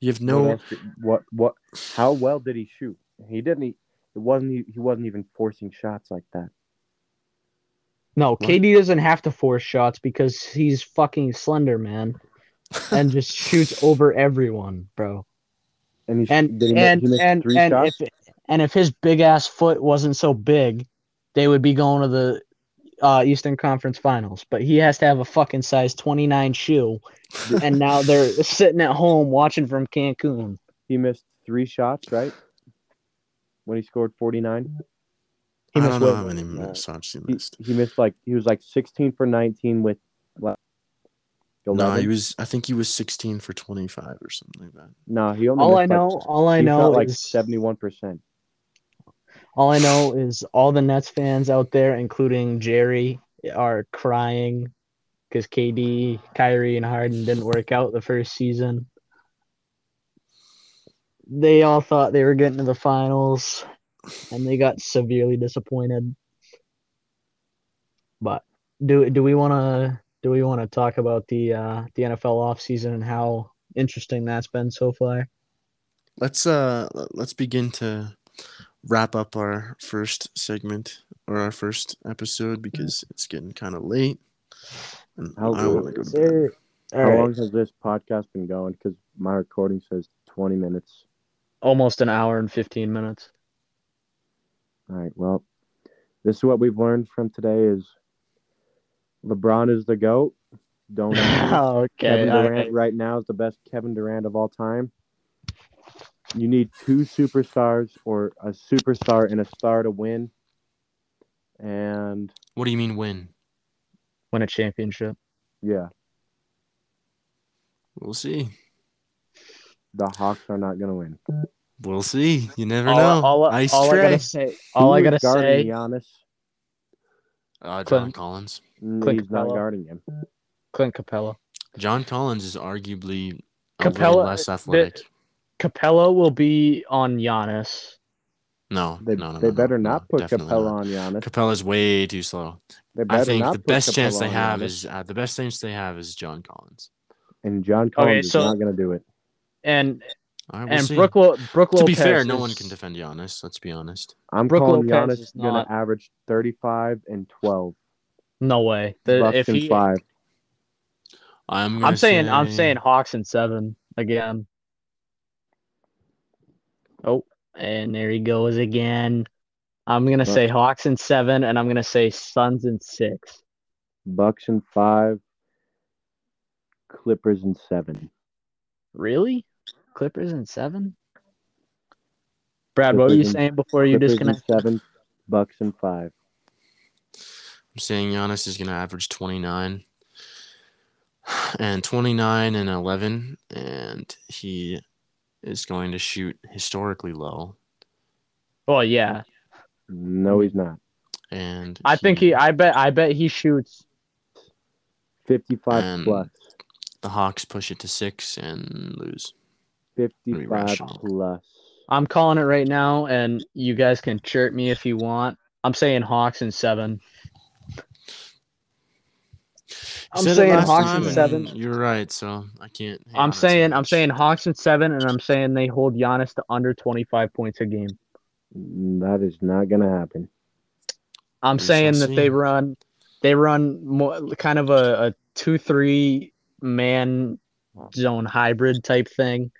You have no What, else did- what? What? How well did he shoot? He didn't. e- It wasn't. e- He wasn't even forcing shots like that. No, KD doesn't have to force shots because he's fucking slender, man, and just shoots over everyone, bro. And he sh- And did he make- and he missed and three and shots. if and if his big ass foot wasn't so big, they would be going to the uh, Eastern Conference Finals. But he has to have a fucking size twenty nine shoe, and now they're sitting at home watching from Cancun. he missed three shots, right? When he scored forty nine, He I must don't know win how one. many Yeah. shots he he, missed. he missed like he was like sixteen for nineteen with. Like, No, 11. he was I think he was sixteen for twenty five or something like that. no, he only. All missed, I like, know, all I he know shot, like is seventy one percent. All I know is all the Nets fans out there, including Jerry, are crying because KD, Kyrie, and Harden didn't work out the first season. they all thought they were getting to the finals, and they got severely disappointed. But do do we want to do we want to talk about the uh, the NFL offseason and how interesting that's been so far? Let's uh l- let's begin to wrap up our first segment or our first Mm-hmm. episode because it's getting kind of late. And How I late want to go to bed. Sir. All How right. long has this podcast been going? Because my recording says 20 minutes. Almost an hour and fifteen minutes. All right. Well, this is what we've learned from today is LeBron is the goat. Don't. Oh, okay. Kevin all right. Durant right now is the best Kevin Durant of all time. You need two superstars or a superstar and a star to win. And What do you mean win? Win a championship. yeah, We'll see. the Hawks are not going to win. We'll see. You never All, know. all, Ice all I tray. gotta say. All Who I is gotta guarding say. Giannis? Uh, John Clint. Collins. Mm, Clint He's not Capella. guarding him. Clint Capella. John Collins is arguably a Capella- little less the- athletic. Capella will be on Giannis. no, They, no, no, they no, better no, not no, put definitely Capella not. on Giannis. Capella's way too slow. They better I think not the put best chance Capella they on have Giannis. is uh, the best chance they have is John Collins. and John Collins so- is not going to do it. And All right, we'll and see. Brook, Lo- Brooke to be Lopez. fair, no is- one can defend Giannis. Let's be honest. I'm Brook calling Lopez Giannis is going not- to average 35 and 12. No way. The- Bucks if and he, five. I'm. Gonna I'm saying I'm say- saying Hawks and seven again. Oh, and there he goes again. I'm gonna say Hawks and seven, and I'm gonna say Suns and six. Bucks and five, Clippers and seven. Really? Clippers and seven? Brad, what were you Clippers and- saying before you Clippers and disconnected? seven, Bucks and five. I'm saying Giannis is going to average 29 and 29 and 11, and he is going to shoot historically low. Well, Oh, yeah. No, he's not. And I think he. I bet. I bet he shoots. Fifty-five Um, plus. the Hawks push it to six and lose. be Fifty-five rational. plus. I'm calling it right now, and you guys can chirp me if you want. I'm saying Hawks and seven. I'm Said it saying last Hawks time, and and seven. You're right, so I can't. hate on I'm it so saying. I'm much. saying Hawks and seven, and I'm saying they hold Giannis to under 25 points a game. Mm, That is not gonna happen. I'm We shall saying that see. they run they run more kind of a, a two three man zone hybrid type thing,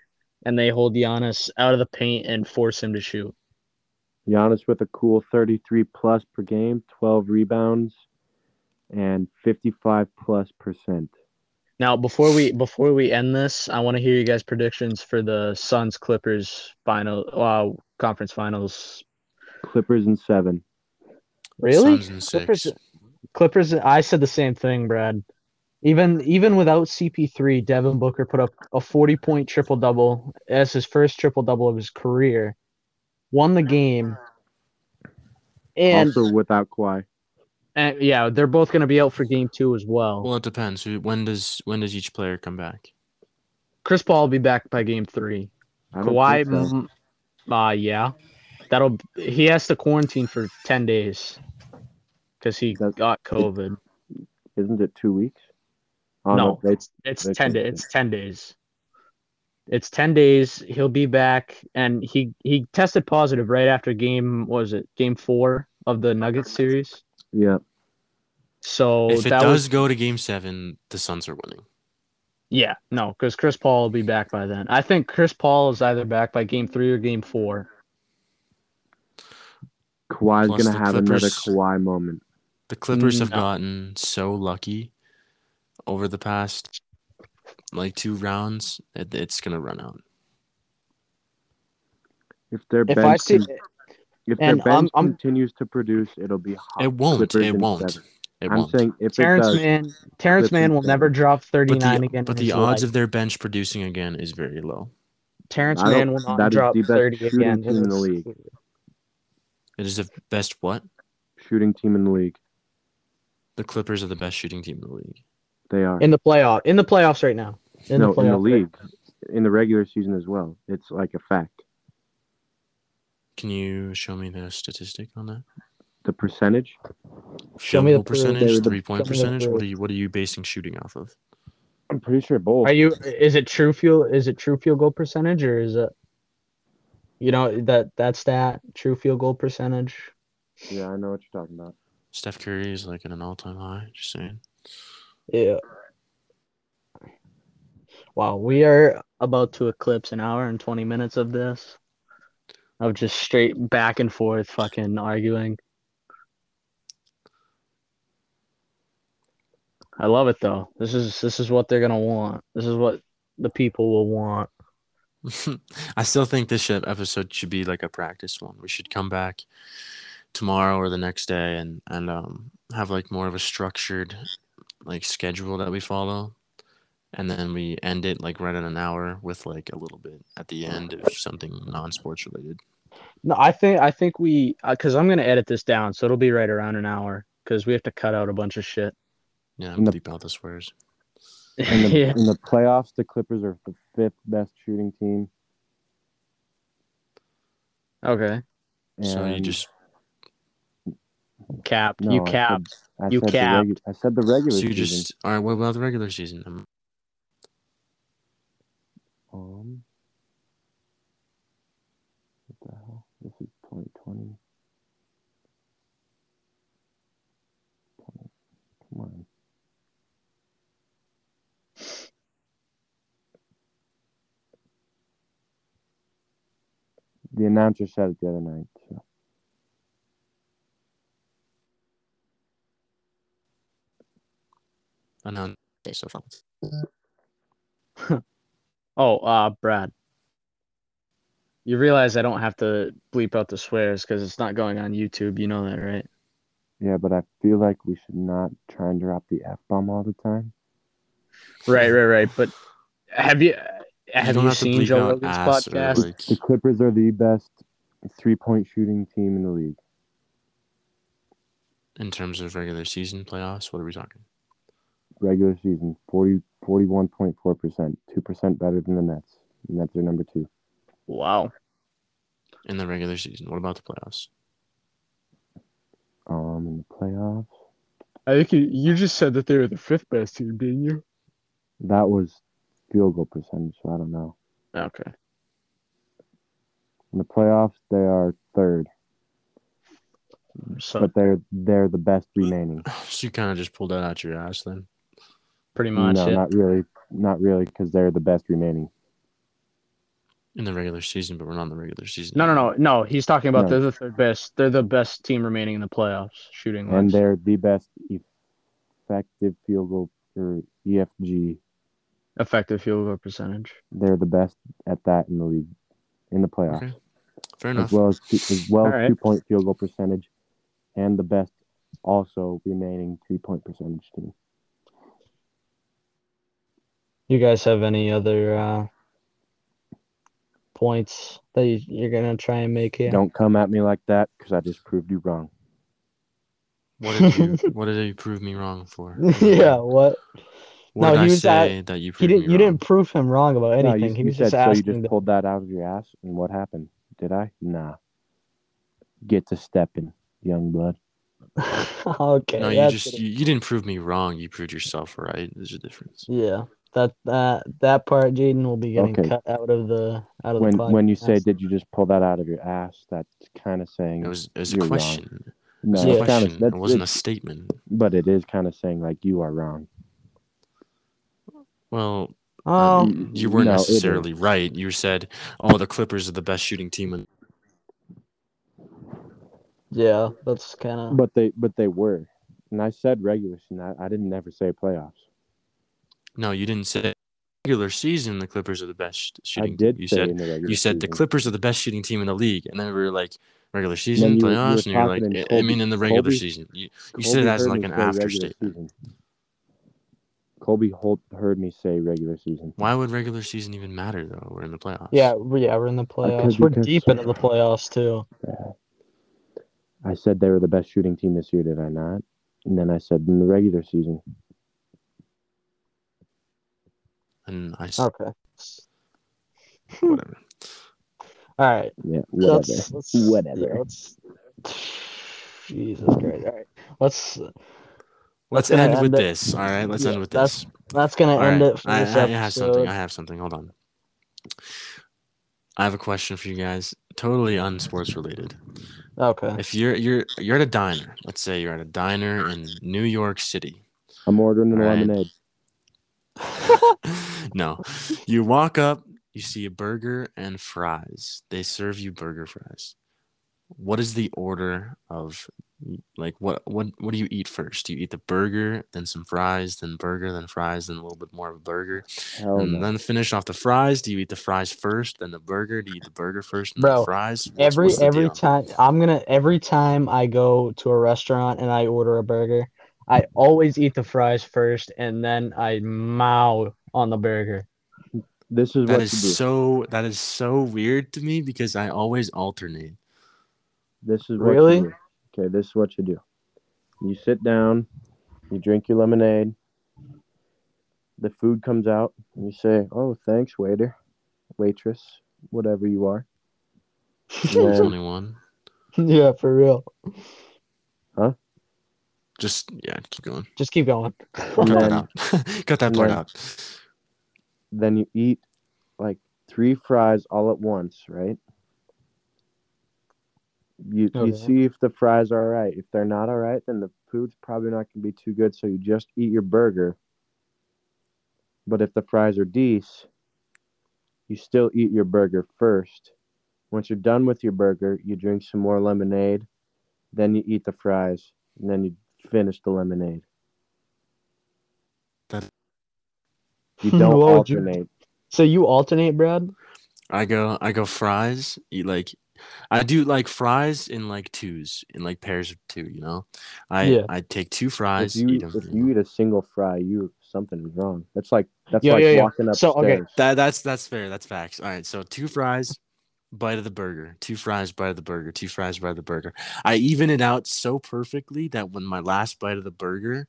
and they hold Giannis out of the paint and force him to shoot. Giannis with a cool thirty-three plus per game, twelve rebounds, and fifty-five plus percent. Now before we before we end this, I want to hear you guys' predictions for the Suns Clippers final uh, conference finals. Clippers and seven. Suns and Clippers, six. Clippers. I said the same thing, Brad. Even even without CP3, Devin Booker put up a 40 point triple double as his first triple double of his career, won the game, and, also without Kawhi. and yeah, they're both going to be out for game two as well. Well, it depends. Who- When does when does each player come back? Chris Paul will be back by game three. I don't Kawhi, think so. mm, uh, yeah, that'll he has to quarantine for 10 days because he That's- got COVID. Isn't it two weeks? Oh, No, they- it's it's they ten can't days. do It's ten days. It's ten days. He'll be back, and he he tested positive right after game. what was it game four of the Nuggets series? yeah. So if it Oh, that does was go to Game Seven, the Suns are winning. yeah no because Chris Paul will be back by then. I think Chris Paul is either back by game three or game four. Kawhi's Plus the gonna have another Clippers- Kawhi moment. The Clippers have Mm, No. gotten so lucky over the past like two rounds. It, it's gonna run out. If their If bench I see, can- if their and bench I'm- I'm- continues to produce, it'll be Oh, hot. It won't. Clippers it in won't. seven. It I'm won't. saying if it Terrence does, Mann, Terrence Clippers Mann will seven. never drop thirty but nine the, again. but in the his odds life. of their bench producing again is very low. Terrence I don't- Mann will not that is drop the best thirty shooting again. team in the league. It is the best what? shooting team in the league, The Clippers are the best shooting team in the league. they are in the playoff in the playoffs right now. In no the in playoffs the right league. in the regular season as well. It's like a fact. Can you show me the statistic on that? The percentage, Show me the goal period percentage, there, the- three point show me the percentage. What period. are you What are you basing shooting off of? I'm pretty sure both. Are you? Is it true field? Is it true field goal percentage or is it? You know that that stat true field goal percentage. yeah, I know what you're talking about. Steph Curry is like at an all time high. Just saying. Yeah. Wow, we are about to eclipse an hour and twenty minutes of this, of just straight back and forth, fucking arguing. I love it though. This is this is what they're gonna want. This is what the people will want. I still think this should, episode should be like a practice one. We should come back tomorrow or the next day and and um have like more of a structured like schedule that we follow, and then we end it like right at an hour with like a little bit at the end of something non sports related. No, I think I think we because I'm gonna edit this down, so it'll be right around an hour because we have to cut out a bunch of shit. Yeah, And the- bleep out the swears. In the, yeah. in the playoffs, the Clippers are the fifth best shooting team. Okay. So you and just Cap. No, you I said- capped. I you said the capped. regu- I said the regular so you season. just all right. What about the regular season? Um, Um, what the hell? This is 2020. Come on. The announcer said it the other night. So. I know. Okay, so far. Oh, uh, Brad. You realize I don't have to bleep out the swears because it's not going on YouTube. You know that, right? Yeah, but I feel like we should not try and drop the F bomb all the time. Right, right, right. But have you have don't you have to seen bleep Joe out Rogan's ass or, podcast? like- The Clippers are the best three point shooting team in the league. in terms of regular season playoffs, what are we talking? regular season 40, 41.4%, 2% better than the Nets. The Nets are number two. Wow. In the regular season, what about the playoffs? Um, in the playoffs, I think you, you just said that they were the fifth best team, didn't you? that was field goal percentage, so I don't know. Okay. In the playoffs, they are third, So but they're they're the best remaining. So you kind of just pulled that out your ass then. pretty much No, it. not really, not really, because they're the best remaining. in the regular season, but we're not in the regular season. No, no, no, no. He's talking about No. they're the third best. They're the best team remaining in the playoffs, shooting and wise. they're the best effective field goal or E EFG. effective field goal percentage. They're the best at that in the league, in the playoffs. Okay, fair as enough. well as two, as well All right. two point field goal percentage, and the best also remaining three point percentage team. You guys have any other uh, points that you, you're gonna try and make here? Don't come at me like that because I just proved you wrong. What did you What did you prove me wrong for? yeah. What? What No, did he I was at- say that He you proved didn't. me You wrong? didn't prove him wrong about No, anything. you, he you was just said so. You asking. just the- pulled that out of your ass, and what happened? Did I? Nah. Get to stepping, young blood. okay. No, you that's just it. you, you didn't prove me wrong. You proved yourself right. There's a difference. Yeah. That that that part, Jaden, will be getting Okay. cut out of the out of When the podcast. when you say, "Did you just pull that out of your ass?" That's kind of saying It was it was a You're wrong. question. It no. was Yeah. a it's kinda- question. that's- it wasn't a it's- statement. but it is kind of saying like you are wrong. Well, oh, um, you weren't No, it is. necessarily right. You said, "Oh, the Clippers are the best shooting team." In- yeah, that's kind of. But they but they were, and I said regular season. I, I didn't never say playoffs. no, you didn't say regular season. The Clippers are the best I shooting. did You say said in the regular you said the season. Clippers are the best shooting team in the league, and then we were like regular season you were- you were playoffs, talking and in you're like, I- I Kobe- mean, in the regular Kobe- season, you, you Colby said it as heard like me an say after regular statement. season. Colby Holt heard me say regular season. Why would regular season even matter though? We're in the playoffs. Yeah, we- yeah, we're in the playoffs. could We're because- deep into the playoffs too. I said they were the best shooting team this year, did I not? And then I said in the regular season. and I s- Oh, Okay. hmm. Whatever. All right. Yeah, whatever. Let's, let's, Whatever. yeah, let's, Jesus Christ. All right. Let's. Let's gonna end with end it. this. All right. Let's Yeah, end with that's- this. That's gonna All right. end it for I, this I, I episode. have something. I have something. Hold on. I have a question for you guys. Totally unsports related. Okay. If you're you're you're at a diner, let's say you're at a diner in New York City. I'm ordering a All right. lemonade. no, you walk up, you see a burger and fries. They serve you burger fries. What is the order of like what what what do you eat first? Do you eat the burger, then some fries, then burger, then fries, then a little bit more of a burger, Oh, Hell and no. then finish off the fries? Do you eat the fries first, then the burger? Do you eat the burger first, and Bro, the fries? What's- Every what's the every deal? time I'm gonna every time I go to a restaurant and I order a burger, I always eat the fries first and then I mow on the burger. This is That what is you do. so that is so weird to me because I always alternate. This is Really? What you do. Okay, this is what you do. You sit down, you drink your lemonade. The food comes out, and you say, "Oh, thanks, waiter, waitress, whatever you are." There's Yeah. only one. yeah, for real. Just yeah, keep going. Just keep going. And Cut that then- out. Cut that part then- out. Then you eat like three fries all at once, right? You Okay. you see if the fries are all right. If they're not all right, then the food's probably not gonna be too good. So you just eat your burger. But if the fries are dece, you still eat your burger first. Once you're done with your burger, you drink some more lemonade, then you eat the fries, and then you finish the lemonade. That- You What don't would you- alternate. So you alternate, Brad? I go I go fries. Eat like I do like fries in like twos, in like pairs of two, you know? I Yeah. I take two if fries, you eat 'em, if you know? you eat a single fry, you something is wrong. That's like that's Yeah, like yeah, yeah. walking upstairs. So, okay. That that's that's fair. That's facts. All right, so two fries, bite of the burger. Two fries, bite of the burger. Two fries, bite of the burger. I even it out so perfectly that when my last bite of the burger,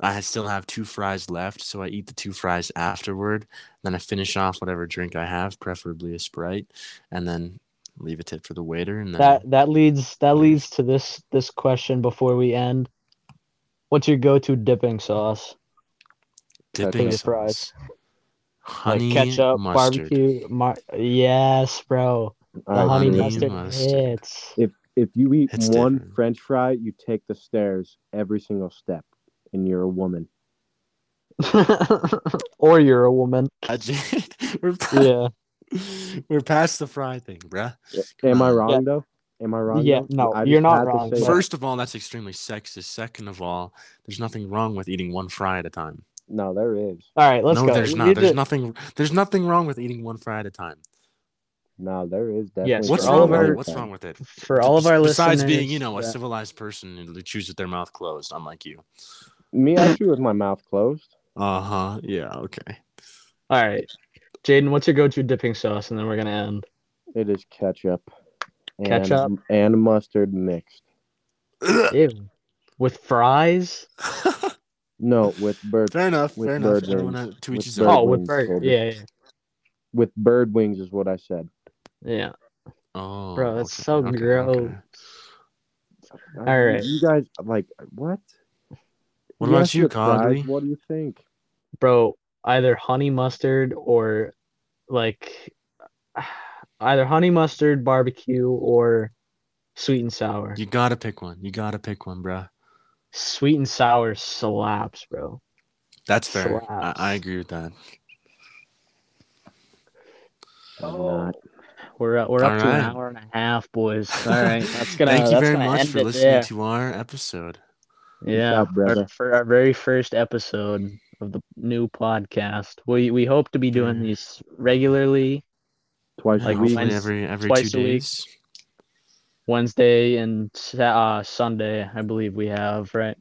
I had- still have two fries left. So I eat the two fries afterward. Then I finish off whatever drink I have, preferably a sprite, and then leave a tip for the waiter. And then That that leads that leads to this this question before we end. What's your go-to dipping sauce? dipping Ketchup. sauce, Like honey ketchup, mustard. barbecue, mar- yes, bro. The All right, honey so Honey mustard mustard. hits. If if you eat It's one different. French fry, you take the stairs every single step, and you're a woman. or you're a woman. We're pa- Yeah. We're past the fry thing, bruh. Am I Um, wrong Yeah. though? Am I wrong? Yeah, though? no, I just you're not had to wrong, say but- that. First of all, that's extremely sexist. Second of all, there's nothing wrong with eating one fry at a time. No, there is. All right, let's no, go. there's We not. need There's to- nothing. There's nothing wrong with eating one fry at a time. No, there is definitely. Yes, What's for something all wrong of with our- it? What's wrong with it? For all of our Besides listeners, being, you know, a that- civilized person who chews with their mouth closed, unlike you. Me, I chew with my mouth closed. Uh huh. Yeah. Okay. all right, Jaden, what's your go-to dipping sauce, and then we're gonna end. It is ketchup, and, Ketchup? and mustard mixed. Ew. With fries? No, with bird fair enough. With fair enough. bird Everyone wings. uh, to With each his bird oh, own. with wings, burger. Colby. Yeah, yeah, with bird wings is what I said. yeah. Oh, Bro, that's okay, so okay, gross. okay. All right. You guys like what? What about asked you, with fries, Codley? What do you think? Bro, either honey mustard or like either honey mustard barbecue or sweet and sour. You gotta pick one. You gotta pick one, bruh. Sweet and sour slaps, bro. That's fair. I, Slaps. I agree with that. I'm Oh. not. We're up, we're up All to an right. hour and a half, boys. All right, that's gonna. Thank you that's very gonna much end for it listening there. to our episode. Yeah, out, brother. our- for our very first episode of the new podcast, we we hope to be doing Yeah. these regularly Twice Like a week. hopefully every every twice two a week. days. Wednesday and Sa- uh, Sunday, I believe we have right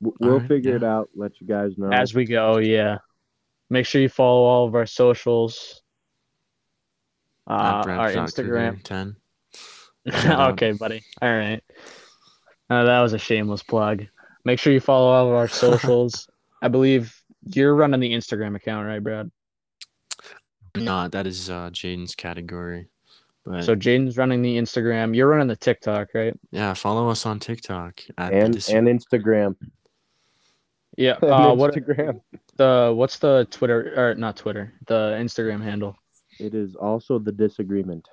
W- We'll Alright, figure yeah. it out. Let you guys know. as we go. Yeah, make sure you follow all of our socials. Uh, At our Instagram. Brad.Cougar 10. Shout out. okay, buddy. All right. Uh, that was a shameless plug. Make sure you follow all of our socials. I believe you're running the Instagram account, right, Brad? not. That is uh, Jaden's category. But Mm-hmm. So Jaden's running the Instagram. You're running the TikTok, right? yeah, follow us on TikTok at and the Dis- and Instagram. Yeah. Uh, And what Instagram? the what's the Twitter or not Twitter? The Instagram handle. It is also the disagreement.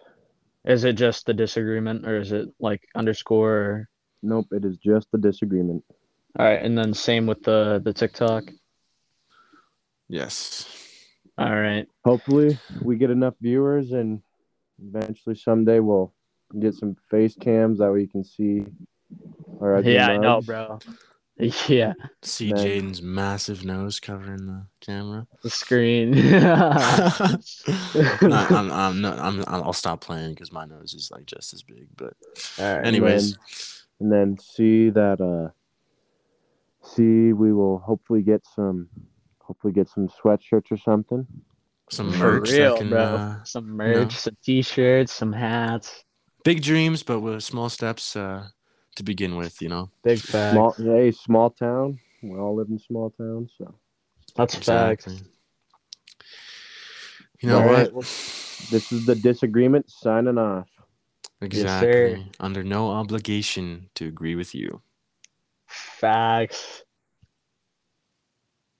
Is it just the disagreement or is it like underscore? Or... Nope, it is just the disagreement. All right, and then same with the the TikTok. yes. All right. Hopefully, we get enough viewers, and eventually someday we'll get some face cams that way you can see. All right. yeah, I know, bro. Yeah, See Nice. Jaden's massive nose covering the camera. the screen. Uh-huh. No, I'm, I'm not, I'm, I'll stop playing because my nose is like just as big. But All right. anyways, and then see that uh see we will hopefully get some hopefully get some sweatshirts or something some For merch real, that can bro. uh, some merch, some t-shirts, some hats. big dreams, but with small steps uh, to begin with. You know, Big facts. small hey small town we all live in small towns so That's facts. You know All right, what? this is the disagreement signing off sir. Exactly. Under no obligation to agree with you. Facts.